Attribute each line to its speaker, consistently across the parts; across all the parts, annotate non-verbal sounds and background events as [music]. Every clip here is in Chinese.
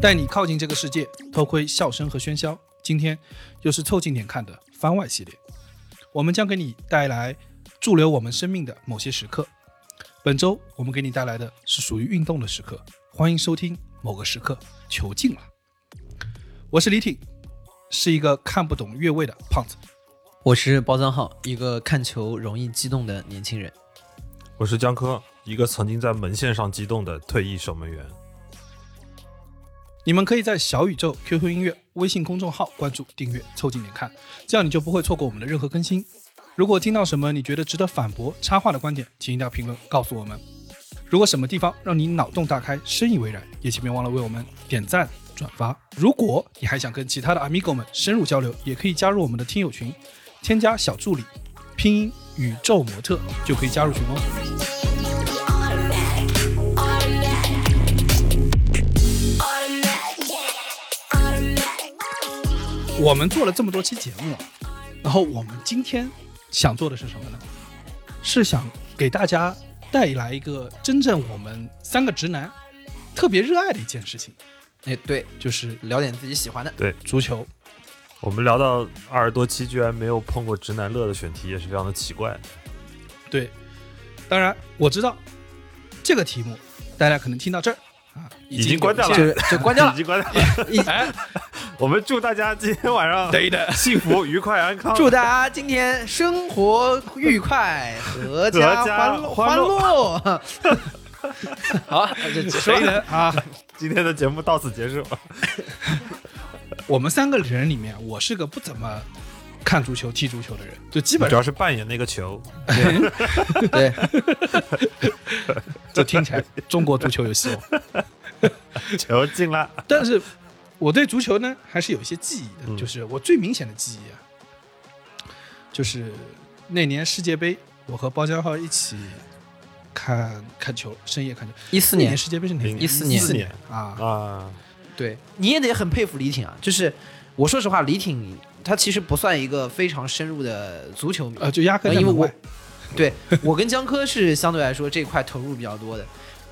Speaker 1: 带你靠近这个世界，偷窥笑声和喧嚣。今天又是凑近点看的番外系列，我们将给你带来驻留我们生命的某些时刻。本周我们给你带来的是属于运动的时刻，欢迎收听《某个时刻囚禁了》。我是李挺，是一个看不懂越位的胖子。
Speaker 2: 我是包三号，一个看球容易激动的年轻人。
Speaker 3: 我是江科，一个曾经在门线上激动的退役守门员。
Speaker 1: 你们可以在小宇宙、QQ 音乐、微信公众号关注、订阅、凑近点看，这样你就不会错过我们的任何更新。如果听到什么你觉得值得反驳、插话的观点，请一定要评论告诉我们。如果什么地方让你脑洞大开、深以为然，也请别忘了为我们点赞、转发。如果你还想跟其他的 Amigo 们深入交流，也可以加入我们的听友群，添加小助理拼音宇宙模特就可以加入群哦。我们做了这么多期节目，然后我们今天想做的是什么呢？是想给大家带来一个真正我们三个直男特别热爱的一件事情，
Speaker 2: 哎，对，
Speaker 1: 就是
Speaker 2: 聊点自己喜欢的。
Speaker 1: 足球。
Speaker 3: 我们聊到二十多期，居然没有碰过直男乐的选题，也是非常的奇怪。
Speaker 1: 对，当然我知道这个题目，大家可能听到这儿啊，
Speaker 3: 已经关掉了
Speaker 1: 有一些
Speaker 2: 就 [laughs] 就关掉
Speaker 3: 已 [laughs]
Speaker 2: 了，
Speaker 3: 经关掉
Speaker 1: [laughs] 哎，
Speaker 3: 了。我们祝大家今天晚上
Speaker 1: 对的，
Speaker 3: 幸福、愉快、安康。
Speaker 2: 祝大家今天生活愉快，阖
Speaker 3: 阖家
Speaker 2: 欢乐
Speaker 3: 欢
Speaker 2: 欢
Speaker 3: 乐
Speaker 2: 乐。 [laughs] 好，那 [laughs] 就结束
Speaker 1: 谁
Speaker 2: 了。
Speaker 1: 能啊？
Speaker 3: 今天的节目到此结束。
Speaker 1: [laughs] 我们三个人里面，我是个不怎么看足球、踢足球的人，就基本
Speaker 3: 主
Speaker 1: 上
Speaker 3: 要是扮演那个球，
Speaker 1: [laughs]
Speaker 2: 对，
Speaker 1: 这听起来中国足球有希望。
Speaker 3: 球进了。
Speaker 1: 但是我对足球呢还是有一些记忆的，
Speaker 3: 嗯
Speaker 1: 就是我最明显的记忆啊，就是那年世界杯，我和包江浩一起看看球，深夜看球。
Speaker 2: 一四
Speaker 1: 那年
Speaker 2: 年，
Speaker 1: 世界杯是哪
Speaker 3: 零
Speaker 2: 14
Speaker 1: 一
Speaker 2: 年
Speaker 1: 四
Speaker 3: 四年
Speaker 1: 啊，
Speaker 3: 啊，
Speaker 2: 对，你也得很佩服李挺啊。就是我说实话，李挺他其实不算一个非常深入的足球迷，
Speaker 1: 呃，就压根
Speaker 2: 呃
Speaker 1: 在
Speaker 2: 因为
Speaker 1: 门
Speaker 2: 我
Speaker 1: 外
Speaker 2: [laughs] 对我跟江科是相对来说这块投入比较多的，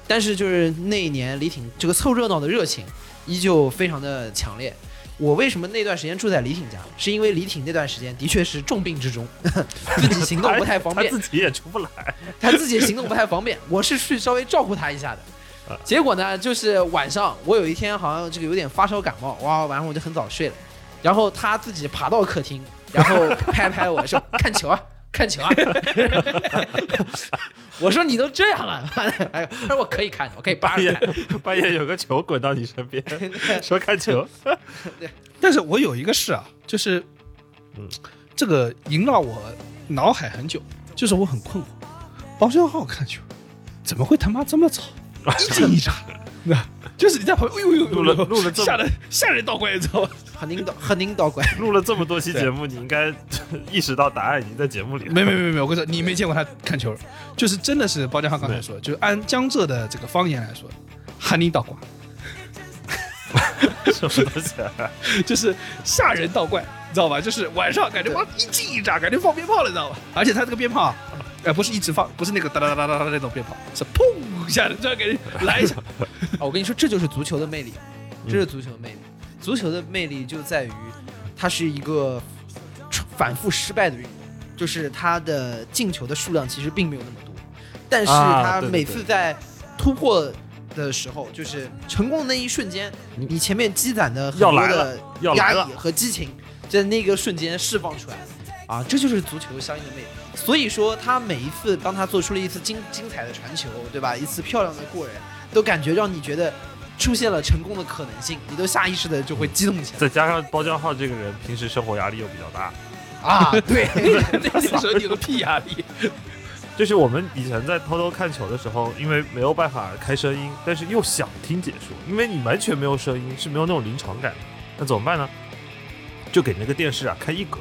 Speaker 2: 但是就是那一年李挺这个凑热闹的热情依旧非常的强烈。我为什么那段时间住在李挺家？是因为李挺那段时间的确是重病之中， [laughs] 自己行动不太方便
Speaker 3: 啊他，自己也出不来。
Speaker 2: 他自己行动不太方便， [laughs] 啊我是去稍微照顾他一下的。结果呢，就是晚上我有一天好像这个有点发烧感冒，哇，晚上我就很早睡了，然后他自己爬到客厅，然后拍了拍我 [laughs] 说：“看球啊，看球 [laughs] 啊。”我说：“你都这样了，妈的！”哎呦，他说：“我可以看，我可以扒
Speaker 3: 半
Speaker 2: 着看。
Speaker 3: 夜半夜有个球滚到你身
Speaker 1: [laughs]
Speaker 3: 边，说看球。
Speaker 1: 但是我有一个事啊，就是，
Speaker 3: 嗯
Speaker 1: 这个萦绕我脑海很久，就是我很困惑，包江浩看球怎么会他妈这么
Speaker 3: [laughs]
Speaker 1: 吵，一惊一乍，那就是你在旁边，哎呦呦呦呦，
Speaker 3: 录了录了这么
Speaker 1: 吓得吓人倒灌，你知道吗？”
Speaker 2: 很领导，很领导怪。
Speaker 3: 录了这么多期节目，你应该意识到答案已经在节目里
Speaker 1: [laughs]
Speaker 3: 了。
Speaker 1: 没没没没，我跟你说，你没见过他看球，就是真的是包江浩刚才说的，就是按江浙的这个方言来说，喊你倒挂， [laughs]
Speaker 3: 什么东西、啊，
Speaker 1: 就是吓人倒灌，你知道吧？就是晚上感觉哇一惊一乍，感觉放鞭炮了，你知道吧？而且他这个鞭炮啊，呃，不是一直放，不是那个哒哒哒哒哒那种鞭炮，是砰一下，这样给人来一下。
Speaker 2: [laughs] 啊，我跟你说，这就是足球的魅力，这
Speaker 3: 嗯
Speaker 2: 是足球的魅力。足球的魅力就在于，它是一个反复失败的运动，就是它的进球的数量其实并没有那么多，但是
Speaker 3: 啊
Speaker 2: 它
Speaker 3: 对对
Speaker 2: 每次在突破的时候，就是成功的那一瞬间，你前面积攒的很
Speaker 3: 要
Speaker 2: 多
Speaker 3: 来
Speaker 2: 的
Speaker 3: 要来
Speaker 2: 压
Speaker 3: 了
Speaker 2: 力和激情，在那个瞬间释放出来。啊，这就是足球相应的魅力。所以说，他每一次当他做出了一次精精彩的传球，对吧？一次漂亮的过人，都感觉让你觉得出现了成功的可能性，你都下意识的就会激动起来
Speaker 3: 再加上包江浩这个人平时生活压力又比较大， [laughs]
Speaker 2: 啊！对，
Speaker 1: [laughs] 那个时候你有个屁压力！
Speaker 3: 就是我们以前在偷偷看球的时候，因为没有办法开声音，但是又想听解说，因为你完全没有声音，是没有那种临场感的。那怎么办呢？就给那个电视啊开一格，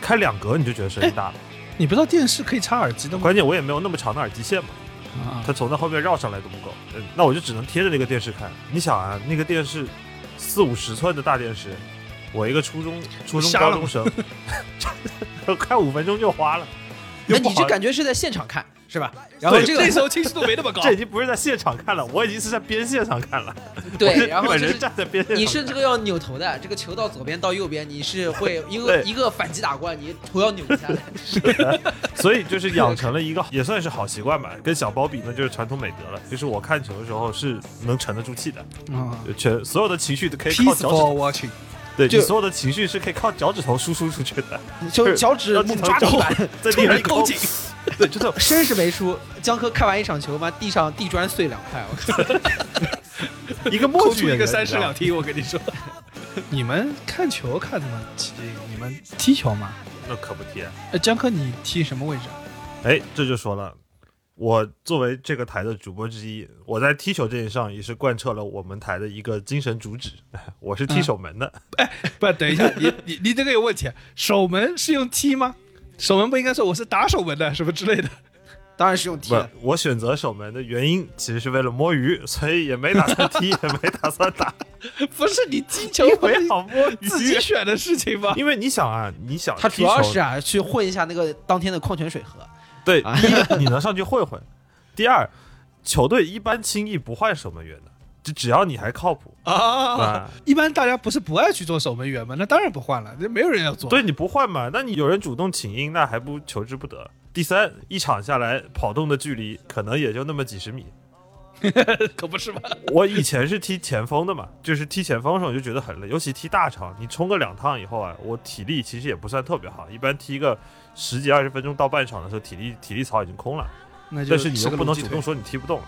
Speaker 3: 开两格你就觉得声音大了。
Speaker 1: 你不知道电视可以插耳机的吗？
Speaker 3: 关键我也没有那么长的耳机线嘛，
Speaker 1: 啊
Speaker 3: 它从那后面绕上来都不够，嗯，那我就只能贴着那个电视看。你想啊，那个电视四五十寸的大电视，我一个初中、初中、
Speaker 1: 瞎了
Speaker 3: 高中生，看五分钟就花了。 [laughs]
Speaker 2: 那
Speaker 3: 又不
Speaker 2: 你就
Speaker 3: 好
Speaker 2: 感觉是在现场看，是吧？然后
Speaker 3: 对
Speaker 2: 这个
Speaker 1: 这时候清晰度没那么高，
Speaker 3: 这已经不是在现场看了，我已经是在边线上看了。
Speaker 2: [laughs]
Speaker 3: 我
Speaker 2: 对，
Speaker 3: 是
Speaker 2: 然后
Speaker 3: 本
Speaker 2: 就
Speaker 3: 人
Speaker 2: 是
Speaker 3: 站在边线上看，
Speaker 2: 你是这个要扭头的，这个球到左边到右边，你是
Speaker 3: [laughs]
Speaker 2: 会一个
Speaker 3: 对
Speaker 2: 一个反击打过来，你头要扭一
Speaker 3: [laughs]
Speaker 2: 下的。
Speaker 1: [laughs]
Speaker 3: 所以就是养成了一个也算是好习惯吧，跟小包比那就是传统美德了。就是我看球的时候是能沉得住气的，
Speaker 1: 啊
Speaker 3: 就全所有的情绪都可以靠脚趾头，
Speaker 1: ，peaceful watching，
Speaker 3: 对，
Speaker 2: 就
Speaker 3: 你所有的情绪是可以靠脚趾头输出出去的，
Speaker 2: 就是脚趾猛抓地板， [laughs]
Speaker 3: 在地上一
Speaker 1: 抠紧，
Speaker 3: 对，就这种。
Speaker 2: 绅士没出。江科看完一场球，妈地上地砖碎两块，我
Speaker 3: [laughs]
Speaker 2: 靠！
Speaker 3: [laughs] 一个默
Speaker 1: 扣
Speaker 3: 剧
Speaker 1: 出
Speaker 3: 演
Speaker 1: [laughs]
Speaker 3: 员，
Speaker 1: 一个三室
Speaker 3: 你知道
Speaker 1: 两
Speaker 3: 吗
Speaker 1: 厅，我跟你说。 [laughs] 你们看球看这么踢，你们踢球吗？
Speaker 3: 那可不贴。啊
Speaker 1: 呃，江科，你踢什么位置啊？
Speaker 3: 哎，这就说了。我作为这个台的主播之一，我在踢球这件事上也是贯彻了我们台的一个精神主旨。 [laughs] 我是踢守门的，
Speaker 1: [laughs] 不，等一下，你你你这个有问题。守门是用踢吗？守门不应该说我是打守门的，什么之类的。 [laughs]
Speaker 2: 当然是用踢
Speaker 3: 不
Speaker 2: 的。，
Speaker 3: 我选择守门的原因其实是为了摸鱼，所以也没打算踢， [laughs] 也没打算打，
Speaker 1: 不是你踢球不是
Speaker 3: 没好摸鱼。
Speaker 1: 自己选的事情吗？
Speaker 3: 因为你想啊，你想
Speaker 2: 他
Speaker 3: 踢
Speaker 2: 主
Speaker 3: 球
Speaker 2: 要是啊，去混一下那个当天的矿泉水喝。
Speaker 3: 对，
Speaker 2: 啊
Speaker 3: 第一个你 [laughs] 能上去混混，第二，球队一般轻易不换守门员的，就只要你还靠谱
Speaker 1: 啊，
Speaker 3: 啊，
Speaker 1: 一般大家不是不爱去做守门员吗？那当然不换了，那没有人要做。
Speaker 3: 对，你不换嘛，那你有人主动请缨，那还不求之不得。第三，一场下来跑动的距离可能也就那么几十米，
Speaker 1: 可不是吗？
Speaker 3: 我以前是踢前锋的嘛，就是踢前锋的时候我就觉得很累，尤其踢大场，你冲个两趟以后啊，我体力其实也不算特别好，一般踢个十几二十分钟到半场的时候，体力体力槽已经空了，
Speaker 1: 那就
Speaker 3: 但是你又
Speaker 1: 个
Speaker 3: 不能
Speaker 1: 逻辑
Speaker 3: 主
Speaker 1: 推
Speaker 3: 动说你踢不动，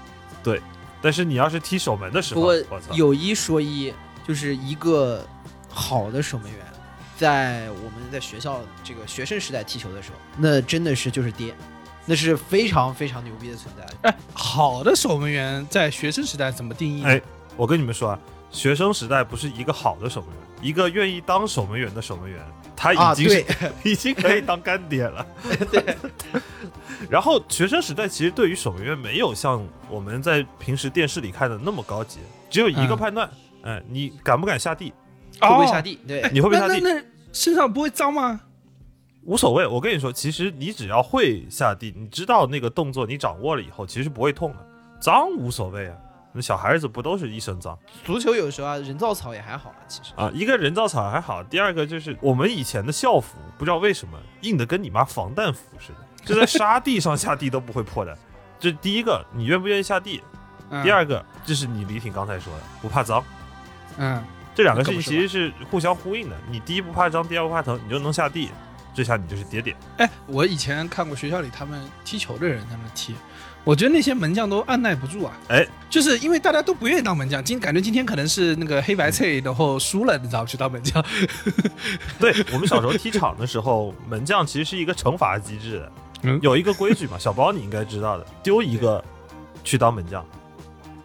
Speaker 3: 对。但是你要是踢守门的时
Speaker 2: 不
Speaker 3: 候，
Speaker 2: 过
Speaker 3: 我操，
Speaker 2: 有一说一，就是一个好的守门员，在我们在学校这个学生时代踢球的时候，那真的是就是爹，那是非常非常牛逼的存在。
Speaker 1: 哎，好的守门员在学生时代怎么定义？
Speaker 3: 哎，我跟你们说啊，学生时代不是一个好的守门员，一个愿意当守门员的守门员，他
Speaker 2: 啊，
Speaker 3: 哎已经是、
Speaker 2: 对，
Speaker 3: [laughs] 已经可以当干爹
Speaker 1: [laughs]
Speaker 3: 了。对。 [laughs] 然后学生时代其实对于守门员没有像我们在平时电视里看的那么高级，只有一个
Speaker 1: 嗯
Speaker 3: 判断，嗯、你敢不敢下地，
Speaker 2: 会不会下
Speaker 1: 哦
Speaker 2: 地？对，
Speaker 3: 你会不会
Speaker 1: [laughs]
Speaker 3: 下
Speaker 1: 那
Speaker 3: 地，
Speaker 1: 那那身上不会脏吗？
Speaker 3: 无所谓。我跟你说，其实你只要会下地，你知道那个动作，你掌握了以后，其实不会痛的，脏无所谓啊。那小孩子不都是一身脏？
Speaker 2: 足球有时候啊，人造草也还好了，其
Speaker 3: [laughs]
Speaker 2: 实。
Speaker 3: 啊，一个人造草还好，第二个就是我们以前的校服，不知道为什么硬的跟你妈防弹服似的，就在沙地上下地都不会破的。这第一个，你愿不愿意下地？
Speaker 1: 嗯
Speaker 3: 第，二个，这是你李挺刚才说的，不怕脏。
Speaker 1: 嗯，
Speaker 3: 这两个
Speaker 1: 可
Speaker 3: 事
Speaker 1: 不
Speaker 3: 情
Speaker 1: 是
Speaker 3: 其实是互相呼应的，你第一不怕脏，第二不怕疼，你就能下地。这下你就是爹爹，
Speaker 1: 哎，我以前看过学校里他们踢球的人，他们踢，我觉得那些门将都按耐不住啊。
Speaker 3: 哎，
Speaker 1: 就是因为大家都不愿意当门将，今感觉今天可能是那个黑白配，然后输了，你知道去当门将。
Speaker 3: 对我们小时候踢场的时候，门将其实是一个惩罚机制的
Speaker 1: 嗯
Speaker 3: 有一个规矩嘛，小包你应该知道的，丢一个去当门将。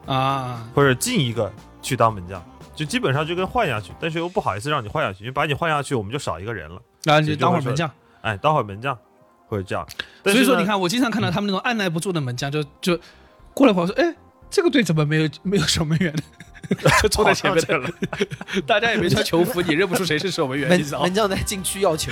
Speaker 1: 啊，
Speaker 3: 或者进一个去当门将，就基本上就跟换下去，但是又不好意思让你换下去，因为把你换下去，我们就少一个人了。
Speaker 1: 然后你就当会儿门将。
Speaker 3: 哎，当会儿门将或者这样。
Speaker 1: 所
Speaker 3: 但是
Speaker 1: 以
Speaker 3: 呢
Speaker 1: 说，你，看我经常看到他们那种按耐不住的门将，就就过来会儿说，哎，这个队怎么没有没有守门员 [laughs] 呢？就坐在前面
Speaker 3: [laughs] 跑上去
Speaker 1: 的，大家也没穿球服，你认不出谁是守门
Speaker 3: [laughs]
Speaker 1: 员，
Speaker 2: 门
Speaker 1: 你知道吗
Speaker 2: 门？将在禁区要球，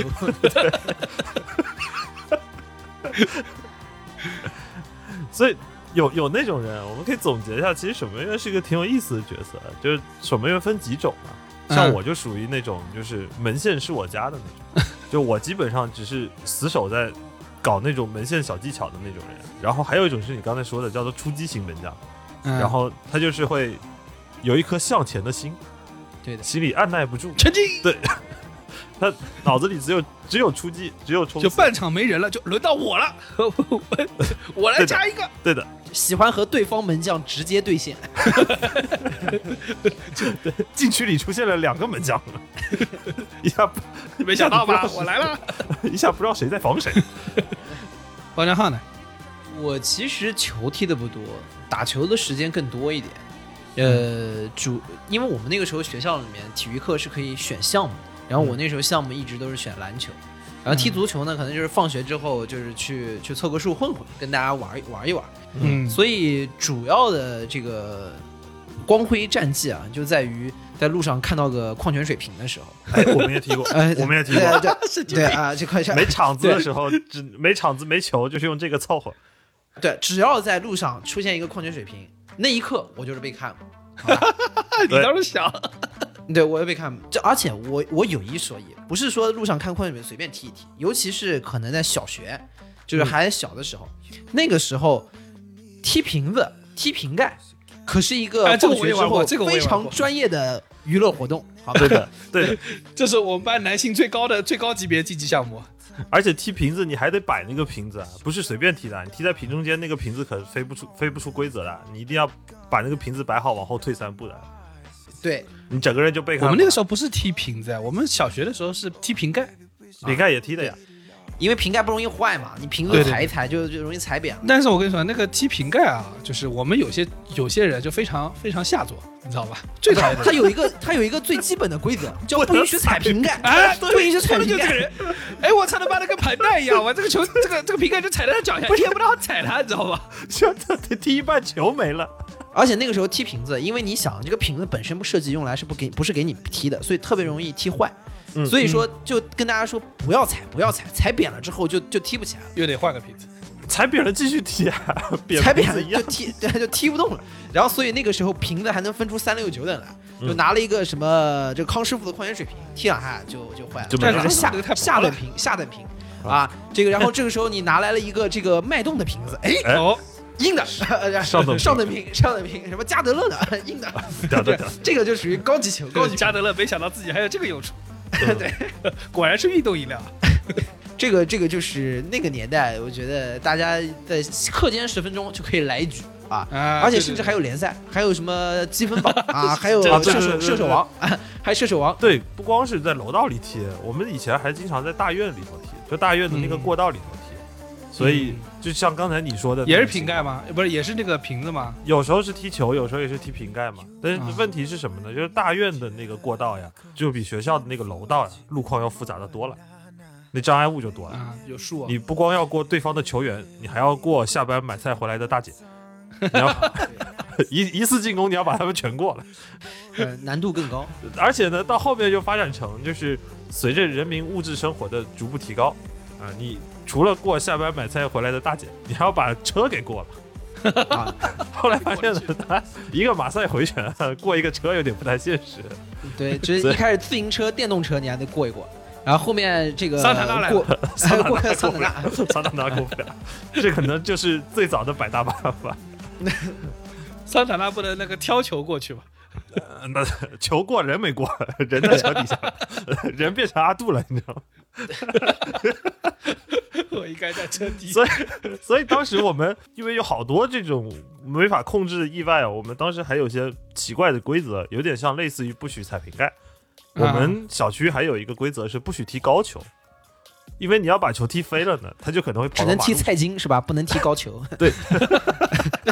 Speaker 3: 所以有有那种人，我们可以总结一下，其实守门员是一个挺有意思的角色，就是守门员分几种啊。像
Speaker 1: 嗯
Speaker 3: 我就属于那种，就是门线是我家的
Speaker 1: [laughs]
Speaker 3: 那种，就我基本上只是死守在搞那种门线小技巧的那种人。然后还有一种是你刚才说的，叫做出击型门将。
Speaker 1: 嗯
Speaker 3: 然后他就是会有一颗向前的心，
Speaker 2: 对的
Speaker 3: 心里按耐
Speaker 1: [laughs]
Speaker 3: 不住，
Speaker 1: 前进，
Speaker 3: 脑子里只有只有出击，只有冲
Speaker 1: 就
Speaker 3: 刺，
Speaker 1: 半场没人了，就轮到我了， [laughs] 我我来
Speaker 3: 对的
Speaker 1: 加一个，
Speaker 3: 对的，
Speaker 2: [laughs] 喜欢和对方门将直接对线。
Speaker 3: 禁区里出现了两个
Speaker 1: [laughs]
Speaker 3: 门将，一下不
Speaker 1: 没想到 [laughs] 吧？我来了，
Speaker 3: 一下不知道谁在
Speaker 1: [laughs]
Speaker 3: 防谁，
Speaker 1: 包江浩呢？
Speaker 2: 我其实球踢的不多，打球的时间更多一点。呃，主因为我们那个时候学校里面体育课是可以选项目的，然后我那时候项目一直都是选篮球，然后踢足球呢，可能就是放学之后就是去去凑个数混混，跟大家玩一玩一玩。
Speaker 1: 嗯
Speaker 2: 所以主要的这个光辉战绩啊，就在于在路上看到个矿泉水瓶的时候，
Speaker 3: 哎，我们也踢过，
Speaker 2: 哎
Speaker 3: 我们也
Speaker 2: [laughs]
Speaker 3: 踢
Speaker 2: 对
Speaker 3: 过。
Speaker 2: 对 [laughs] 对啊，这块是
Speaker 3: 没场子的时候，只没场子没球，就是用这个凑合。
Speaker 2: 对，只要在路上出现一个矿泉水瓶，那一刻我就是被看了。
Speaker 1: 你倒是想，
Speaker 2: 对，我也被看，这而且我我有一说一，不是说路上看矿泉水随便提一提，尤其是可能在小学，
Speaker 1: 嗯
Speaker 2: 就是还小的时候，那个时候踢瓶子、踢瓶盖，可是一个
Speaker 1: 哎这个
Speaker 2: 放
Speaker 1: 我
Speaker 2: 学
Speaker 1: 也
Speaker 2: 之
Speaker 1: 玩过
Speaker 2: 后
Speaker 1: 这个我也
Speaker 2: 非
Speaker 1: 玩
Speaker 2: 常
Speaker 1: 过
Speaker 2: 专业的娱乐活动，好吧？
Speaker 3: 对的，对的，
Speaker 1: 这是我们班男性最高的最高级别竞技项目。
Speaker 3: 而且踢瓶子你还得摆那个瓶子啊，不是随便踢的，你踢在瓶中间，那个瓶子可是飞不出飞不出规则的，你一定要把那个瓶子摆好，往后退三步的，
Speaker 2: 对，
Speaker 3: 你整个人就被看
Speaker 1: 我们那个时
Speaker 3: 候
Speaker 1: 候不是踢瓶子，我们小学的时候是踢瓶盖。
Speaker 3: 饼干也踢的呀，
Speaker 2: 因为瓶盖不容易坏嘛，你瓶
Speaker 1: 对
Speaker 2: 子
Speaker 1: 对
Speaker 2: 踩一踩就就容易踩扁了。
Speaker 1: 但是我跟你说，那个踢瓶盖啊，就是我们有些有些人就非常非常下作，你知道吧？最讨厌的
Speaker 2: 它有一个它有一个最基本的
Speaker 1: [laughs]
Speaker 2: 规则，叫不允许踩瓶盖，
Speaker 1: 哎，
Speaker 2: 不允许踩
Speaker 1: 就
Speaker 2: 瓶
Speaker 1: 这个
Speaker 2: 盖。
Speaker 1: 人， [laughs] 哎，我操他妈的跟盘带一样，我这个球，这个这个瓶盖就踩在他脚下，也不让我踩他，你知道吧？
Speaker 3: [laughs] 真的踢一半球没了，
Speaker 2: 而且那个时候踢瓶子，因为你想，这个瓶子本身不设计用来是不给不是给你踢的，所以特别容易踢坏。
Speaker 3: 嗯
Speaker 2: 所以说，就跟大家说不要踩，不要踩，踩扁了之后就就踢不起来了，
Speaker 1: 又得换个瓶子。
Speaker 3: 踩扁了继续踢啊，扁
Speaker 2: 踩
Speaker 3: 瓶
Speaker 2: 扁
Speaker 3: 子
Speaker 2: 了
Speaker 3: 一样
Speaker 2: 就，踢 [laughs] 对就踢不动了。然后所以那个时候瓶子还能分出三六九等
Speaker 3: 嗯
Speaker 2: 来，就拿了一个什么这个康师傅的矿泉水瓶踢两下就就坏了，
Speaker 3: 就没
Speaker 2: 这
Speaker 3: 了
Speaker 2: 是下
Speaker 1: 这个太薄
Speaker 2: 下等
Speaker 1: 了
Speaker 2: 瓶下等瓶。啊，这个，然后这个时候你拿来了一个这个脉动的瓶子，哎，
Speaker 3: 哎
Speaker 1: 哦，
Speaker 2: 硬的， [laughs]
Speaker 3: 上等瓶
Speaker 2: 上等瓶，上等瓶，什么加德乐的， [laughs] 硬的，
Speaker 3: [laughs] 对对对，
Speaker 2: 这个就属于高
Speaker 1: [laughs]
Speaker 2: 级球，高级
Speaker 1: 加德乐没想到自己还有这个用处，
Speaker 3: 嗯
Speaker 1: 对，果然是运动饮料。
Speaker 2: 这个这个就是那个年代，我觉得大家在课间十分钟就可以来一局啊。
Speaker 1: 啊
Speaker 2: 而且甚至还有联赛，还有什么积分榜啊，还有
Speaker 3: 这这
Speaker 2: 射
Speaker 3: 这
Speaker 2: 手
Speaker 3: 这
Speaker 2: 射手王，啊 [laughs] 还有射手王。
Speaker 3: 对，不光是在楼道里踢，我们以前还经常在大院里头踢，就大院的那个过道里头踢。所以，就像刚才你说的，
Speaker 1: 嗯也是瓶盖吗？不是，也是那个瓶子吗？
Speaker 3: 有时候是踢球，有时候也是踢瓶盖嘛。但是问题是什么呢？就是大院的那个过道呀，就比学校的那个楼道呀，路况要复杂的多了，那障碍物就多了。
Speaker 1: 啊，有树啊。
Speaker 3: 你不光要过对方的球员，你还要过下班买菜回来的大姐，你要 [laughs] 一一次进攻，你要把他们全过了。
Speaker 2: 呃，难度更高。
Speaker 3: 而且呢，到后面就发展成就是随着人民物质生活的逐步提高，啊、你除了过下班买菜回来的大姐，你还要把车给过了。
Speaker 2: 啊，
Speaker 3: 后来发现呢，他一个马赛回旋过一个车有点不太现实。
Speaker 2: 对，就是
Speaker 3: 所
Speaker 2: 一
Speaker 3: 以
Speaker 2: 开始自行车、电动车你还得过一过，然后后面这个
Speaker 1: 桑塔纳来了
Speaker 2: 过 [laughs] 哎过桑塔纳，
Speaker 3: 桑塔纳过不了，这可能就是最早的百大巴吧。
Speaker 1: 桑塔纳不能那个挑球过去吗？
Speaker 3: 呃那 [laughs] 球过人没过，人在桥底下， [laughs] 人变成阿杜了，你知道吗？
Speaker 1: [laughs]
Speaker 3: [laughs]
Speaker 1: 我应该在车 [laughs] 底。
Speaker 3: 所以，所以当时我们因为有好多这种没法控制的意外啊，我们当时还有一些奇怪的规则，有点像类似于不许踩瓶盖。我们小区还有一个规则是不许踢高球，因为你要把球踢飞了呢，他就可能会跑
Speaker 2: 只
Speaker 3: 到马
Speaker 2: 能
Speaker 3: 路
Speaker 2: 踢菜金是吧？不能踢高球。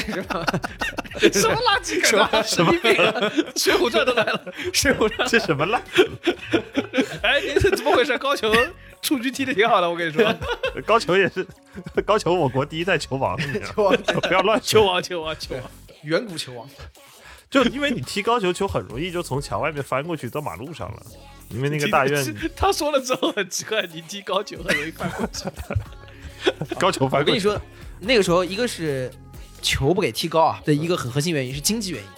Speaker 1: 什么垃圾梗 [laughs] 啊！神经病啊！水浒传》都来了，《水浒传
Speaker 3: [laughs] 这什么烂？》
Speaker 1: [laughs]
Speaker 3: [laughs]
Speaker 1: 哎，你这怎么回事？高俅蹴鞠踢的挺好的，我跟你 [laughs] 说，
Speaker 3: 高球也是， [laughs] 高球我国第一代球王，你知道吗不要乱
Speaker 1: 球
Speaker 3: 说。
Speaker 1: 王，球王，球王，
Speaker 2: 远古球王，
Speaker 3: 就因为你踢高球，球很容易就从墙外面翻过去到马路上了，因为那个大院
Speaker 1: [laughs] 他说了之后很奇怪，你踢高俅很容易犯过去。
Speaker 3: [laughs] 高球翻
Speaker 2: 我
Speaker 3: 过
Speaker 2: 跟你
Speaker 3: 去。
Speaker 2: 说，那个时候一个是球不给踢高啊的一个很核心原因是经济原因。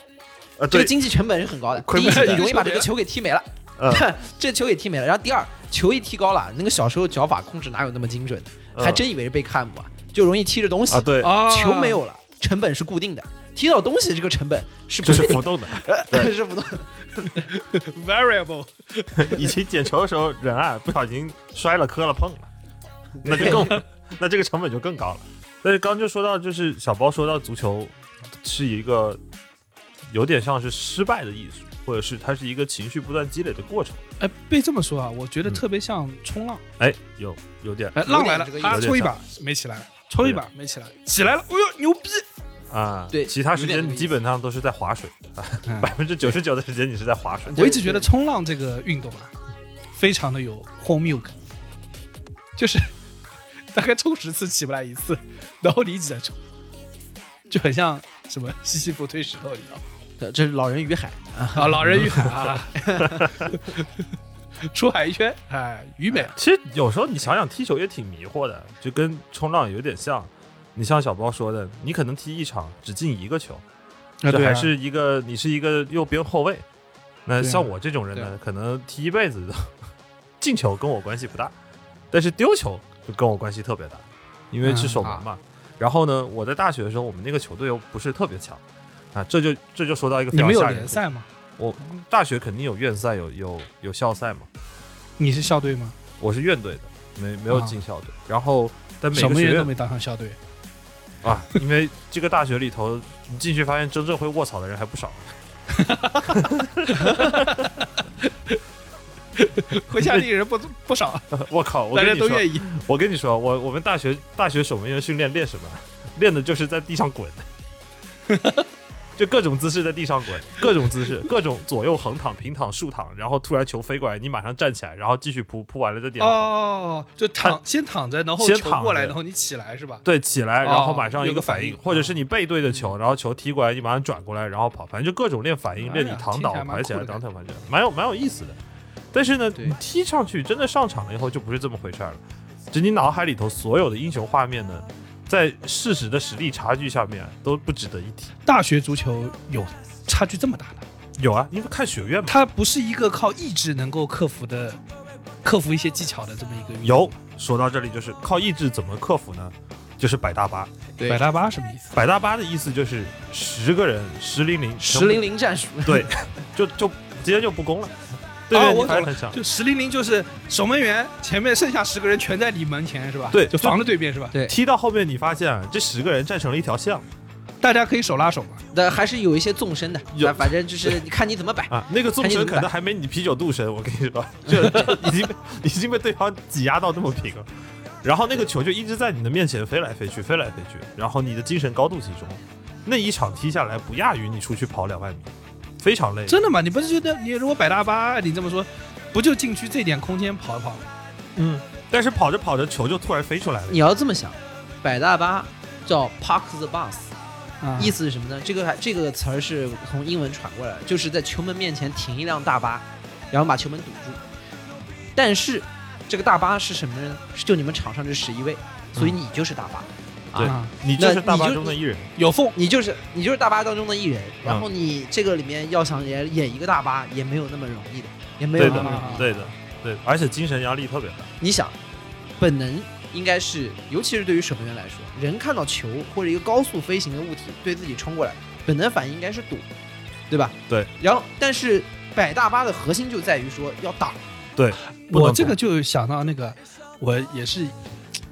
Speaker 3: 呃，
Speaker 2: 这
Speaker 3: 对
Speaker 2: 个，经济成本是很高的。
Speaker 3: 亏
Speaker 2: 第一，
Speaker 3: 本
Speaker 2: 你容易把这个球给踢没了，
Speaker 3: 嗯
Speaker 2: [laughs] 这球给踢没了。然后第二，球一踢高了，那个小时候脚法控制哪有那么精准？
Speaker 3: 嗯
Speaker 2: 还真以为是被看过，就容易踢着东西
Speaker 3: 啊，。对，
Speaker 1: 啊
Speaker 2: 球没有了，成本是固定的，踢到东西这个成本是不
Speaker 3: 这是
Speaker 2: 确定
Speaker 3: 浮动的。
Speaker 2: 的，是不动的。
Speaker 1: ，variable，
Speaker 3: 以前捡球的时候，人啊不小心摔了、磕了、碰了，那就更，那这个成本就更高了。但是刚就说到，就是小包说到足球是一个有点像是失败的艺术，或者是它是一个情绪不断积累的过程。
Speaker 1: 哎，被这么说啊，我觉得特别像冲浪，
Speaker 3: 哎，有有点
Speaker 1: 哎，浪来了
Speaker 2: 有点这个，意思
Speaker 1: 啊，抽一把没起来，抽一把没起来，起来了，哎呦，牛逼！
Speaker 3: 啊，
Speaker 2: 哎对
Speaker 3: 其他时
Speaker 2: 有
Speaker 3: 间
Speaker 2: 点
Speaker 3: 你基本上都是在划水，
Speaker 1: 嗯
Speaker 3: 百分之九十九的时间你是在划
Speaker 2: 嗯
Speaker 3: 水。
Speaker 1: 我一直觉得冲浪这个运动啊，非常的有荒谬感，就是 [laughs] 大概冲十次起不来一次， [laughs] 然后你一直在冲，就很像什么西西弗推石头一样 [laughs]
Speaker 2: 对 [laughs] 这是老人与海，
Speaker 1: 啊，老人与海 [laughs] 啊，出海一圈，哎，鱼美了，
Speaker 3: 其实有时候你想想，踢球也挺迷惑的，就跟冲浪有点像。你像小包说的，你可能踢一场只进一个球，
Speaker 1: 啊
Speaker 3: 这
Speaker 1: 对啊
Speaker 3: 还是一个你是一个右边后卫。那
Speaker 1: 对啊
Speaker 3: 像我这种人
Speaker 2: 对
Speaker 3: 呢，可能踢一辈子都进球跟我关系不大，但是丢球就跟我关系特别大，因
Speaker 1: 嗯
Speaker 3: 为是守
Speaker 1: 啊
Speaker 3: 门嘛。然后呢，我在大学的时候，我们那个球队又不是特别强啊，这就这就说到一个非
Speaker 1: 你
Speaker 3: 常
Speaker 1: 们有
Speaker 3: 吓人
Speaker 1: 联
Speaker 3: 的
Speaker 1: 赛吗？
Speaker 3: 我大学肯定有院赛，有有有校赛嘛。
Speaker 1: 你是校队吗？
Speaker 3: 我是院队的，没没有进校队。然后但每
Speaker 1: 啊什
Speaker 3: 个
Speaker 1: 么
Speaker 3: 学
Speaker 1: 人都
Speaker 3: 院
Speaker 1: 没当上校
Speaker 3: [laughs]
Speaker 1: 队。
Speaker 3: 啊，因为这个大学里头，你进去发现真正会卧槽的人还不少。 [laughs]
Speaker 1: 回家里人不不少，
Speaker 3: 我靠！我
Speaker 1: 大家
Speaker 3: 跟你
Speaker 1: 都
Speaker 3: 说，
Speaker 1: 愿意。
Speaker 3: [laughs] 我跟你说，我我们大学大学守门员训练练什么？练的就是在地上滚， [laughs] 就各种姿势在地上滚，各种姿势，各种左右横躺、平躺、竖躺，然后突然球飞过来，你马上站起来，然后继续扑，扑完了再点。
Speaker 1: 哦，就躺先躺着，然后
Speaker 3: 先
Speaker 1: 球
Speaker 3: 躺
Speaker 1: 过来，
Speaker 3: 着
Speaker 1: 然后你起来是吧？
Speaker 3: 对，起来，然后马
Speaker 1: 哦
Speaker 3: 上
Speaker 1: 有
Speaker 3: 一
Speaker 1: 个反
Speaker 3: 反
Speaker 1: 应
Speaker 3: 或者是你背对着球，然后球踢过来，你马上转过来，然后跑，反正就各种练反应，
Speaker 1: 哎呀
Speaker 3: 练你躺倒
Speaker 1: 听起来蛮
Speaker 3: 爬起来，
Speaker 1: 酷的
Speaker 3: 当躺盘起来，蛮有蛮有意思的。但是呢，
Speaker 2: 对
Speaker 3: 你踢上去真的上场了以后就不是这么回事儿了，就你脑海里头所有的英雄画面呢，在事实的实力差距下面都不值得一提。
Speaker 1: 大学足球有差距这么大的，
Speaker 3: 有啊，因为看学院嘛，
Speaker 1: 它不是一个靠意志能够克服的，克服一些技巧的这么一个运动。
Speaker 3: 有。说到这里就是靠意志怎么克服呢？就是摆大巴，
Speaker 2: 对
Speaker 1: 百，大巴什么意思？
Speaker 3: 摆大巴的意思就是十个人十零零，
Speaker 2: 十零零战术， [laughs]
Speaker 3: 对，就就直接就不攻了。对
Speaker 2: 啊
Speaker 3: 对，
Speaker 1: 我
Speaker 3: 你还
Speaker 1: 懂
Speaker 3: 很想。
Speaker 1: 就十零零就是守门员前面剩下十个人全在你门前是吧？
Speaker 3: 对
Speaker 1: 就防着对面是吧？
Speaker 2: 对
Speaker 3: 踢到后面，你发现啊这十个人站成了一条巷
Speaker 1: 大家可以手拉手嘛。
Speaker 2: 但还是有一些纵深的，
Speaker 3: 有
Speaker 2: 那反正就是你看你怎么摆。
Speaker 3: 啊！那个纵
Speaker 2: 看你
Speaker 3: 深
Speaker 2: 怎么
Speaker 3: 可能还没你啤酒肚深，我跟你说，
Speaker 2: [laughs]
Speaker 3: 这这已经被已经被对方挤压到这么平了。然后那个球就一直在你的面前飞来飞去，飞来飞去，然后你的精神高度集中，那一场踢下来不亚于你出去跑两万米，非常累。
Speaker 1: 真的吗？你不是觉得你如果摆大巴，你这么说，不就禁区这点空间跑一跑吗？
Speaker 3: 嗯，但是跑着跑着球就突然飞出来了
Speaker 2: 你。要这么想，摆大巴叫 park the bus，
Speaker 1: 啊
Speaker 2: 意思是什么呢？这个还这个词儿是从英文传过来的，就是在球门面前停一辆大巴，然后把球门堵住。但是这个大巴是什么人呢？是就你们场上这十一位，
Speaker 3: 嗯
Speaker 2: 所以你就是大巴，
Speaker 3: 对
Speaker 1: 啊
Speaker 3: 你就是
Speaker 2: 那
Speaker 3: 大巴
Speaker 2: 你就
Speaker 3: 中的一人，
Speaker 1: 有缝
Speaker 2: 你就是你就是大巴当中的一人。
Speaker 3: 嗯
Speaker 2: 然后你这个里面要想演演一个大巴，也没有那么容易的，也没有
Speaker 3: 对
Speaker 2: 那
Speaker 3: 的
Speaker 2: 么容易。
Speaker 1: 啊，
Speaker 3: 对的，对的，而且精神压力特别大。
Speaker 2: 你想，本能应该是，尤其是对于守门员来说，人看到球或者一个高速飞行的物体对自己冲过来，本能反应应该是躲，对吧？
Speaker 3: 对。
Speaker 2: 然后，但是摆大巴的核心就在于说要挡，
Speaker 3: 不能
Speaker 1: 我这
Speaker 3: 懂
Speaker 1: 个就想到那个，我也是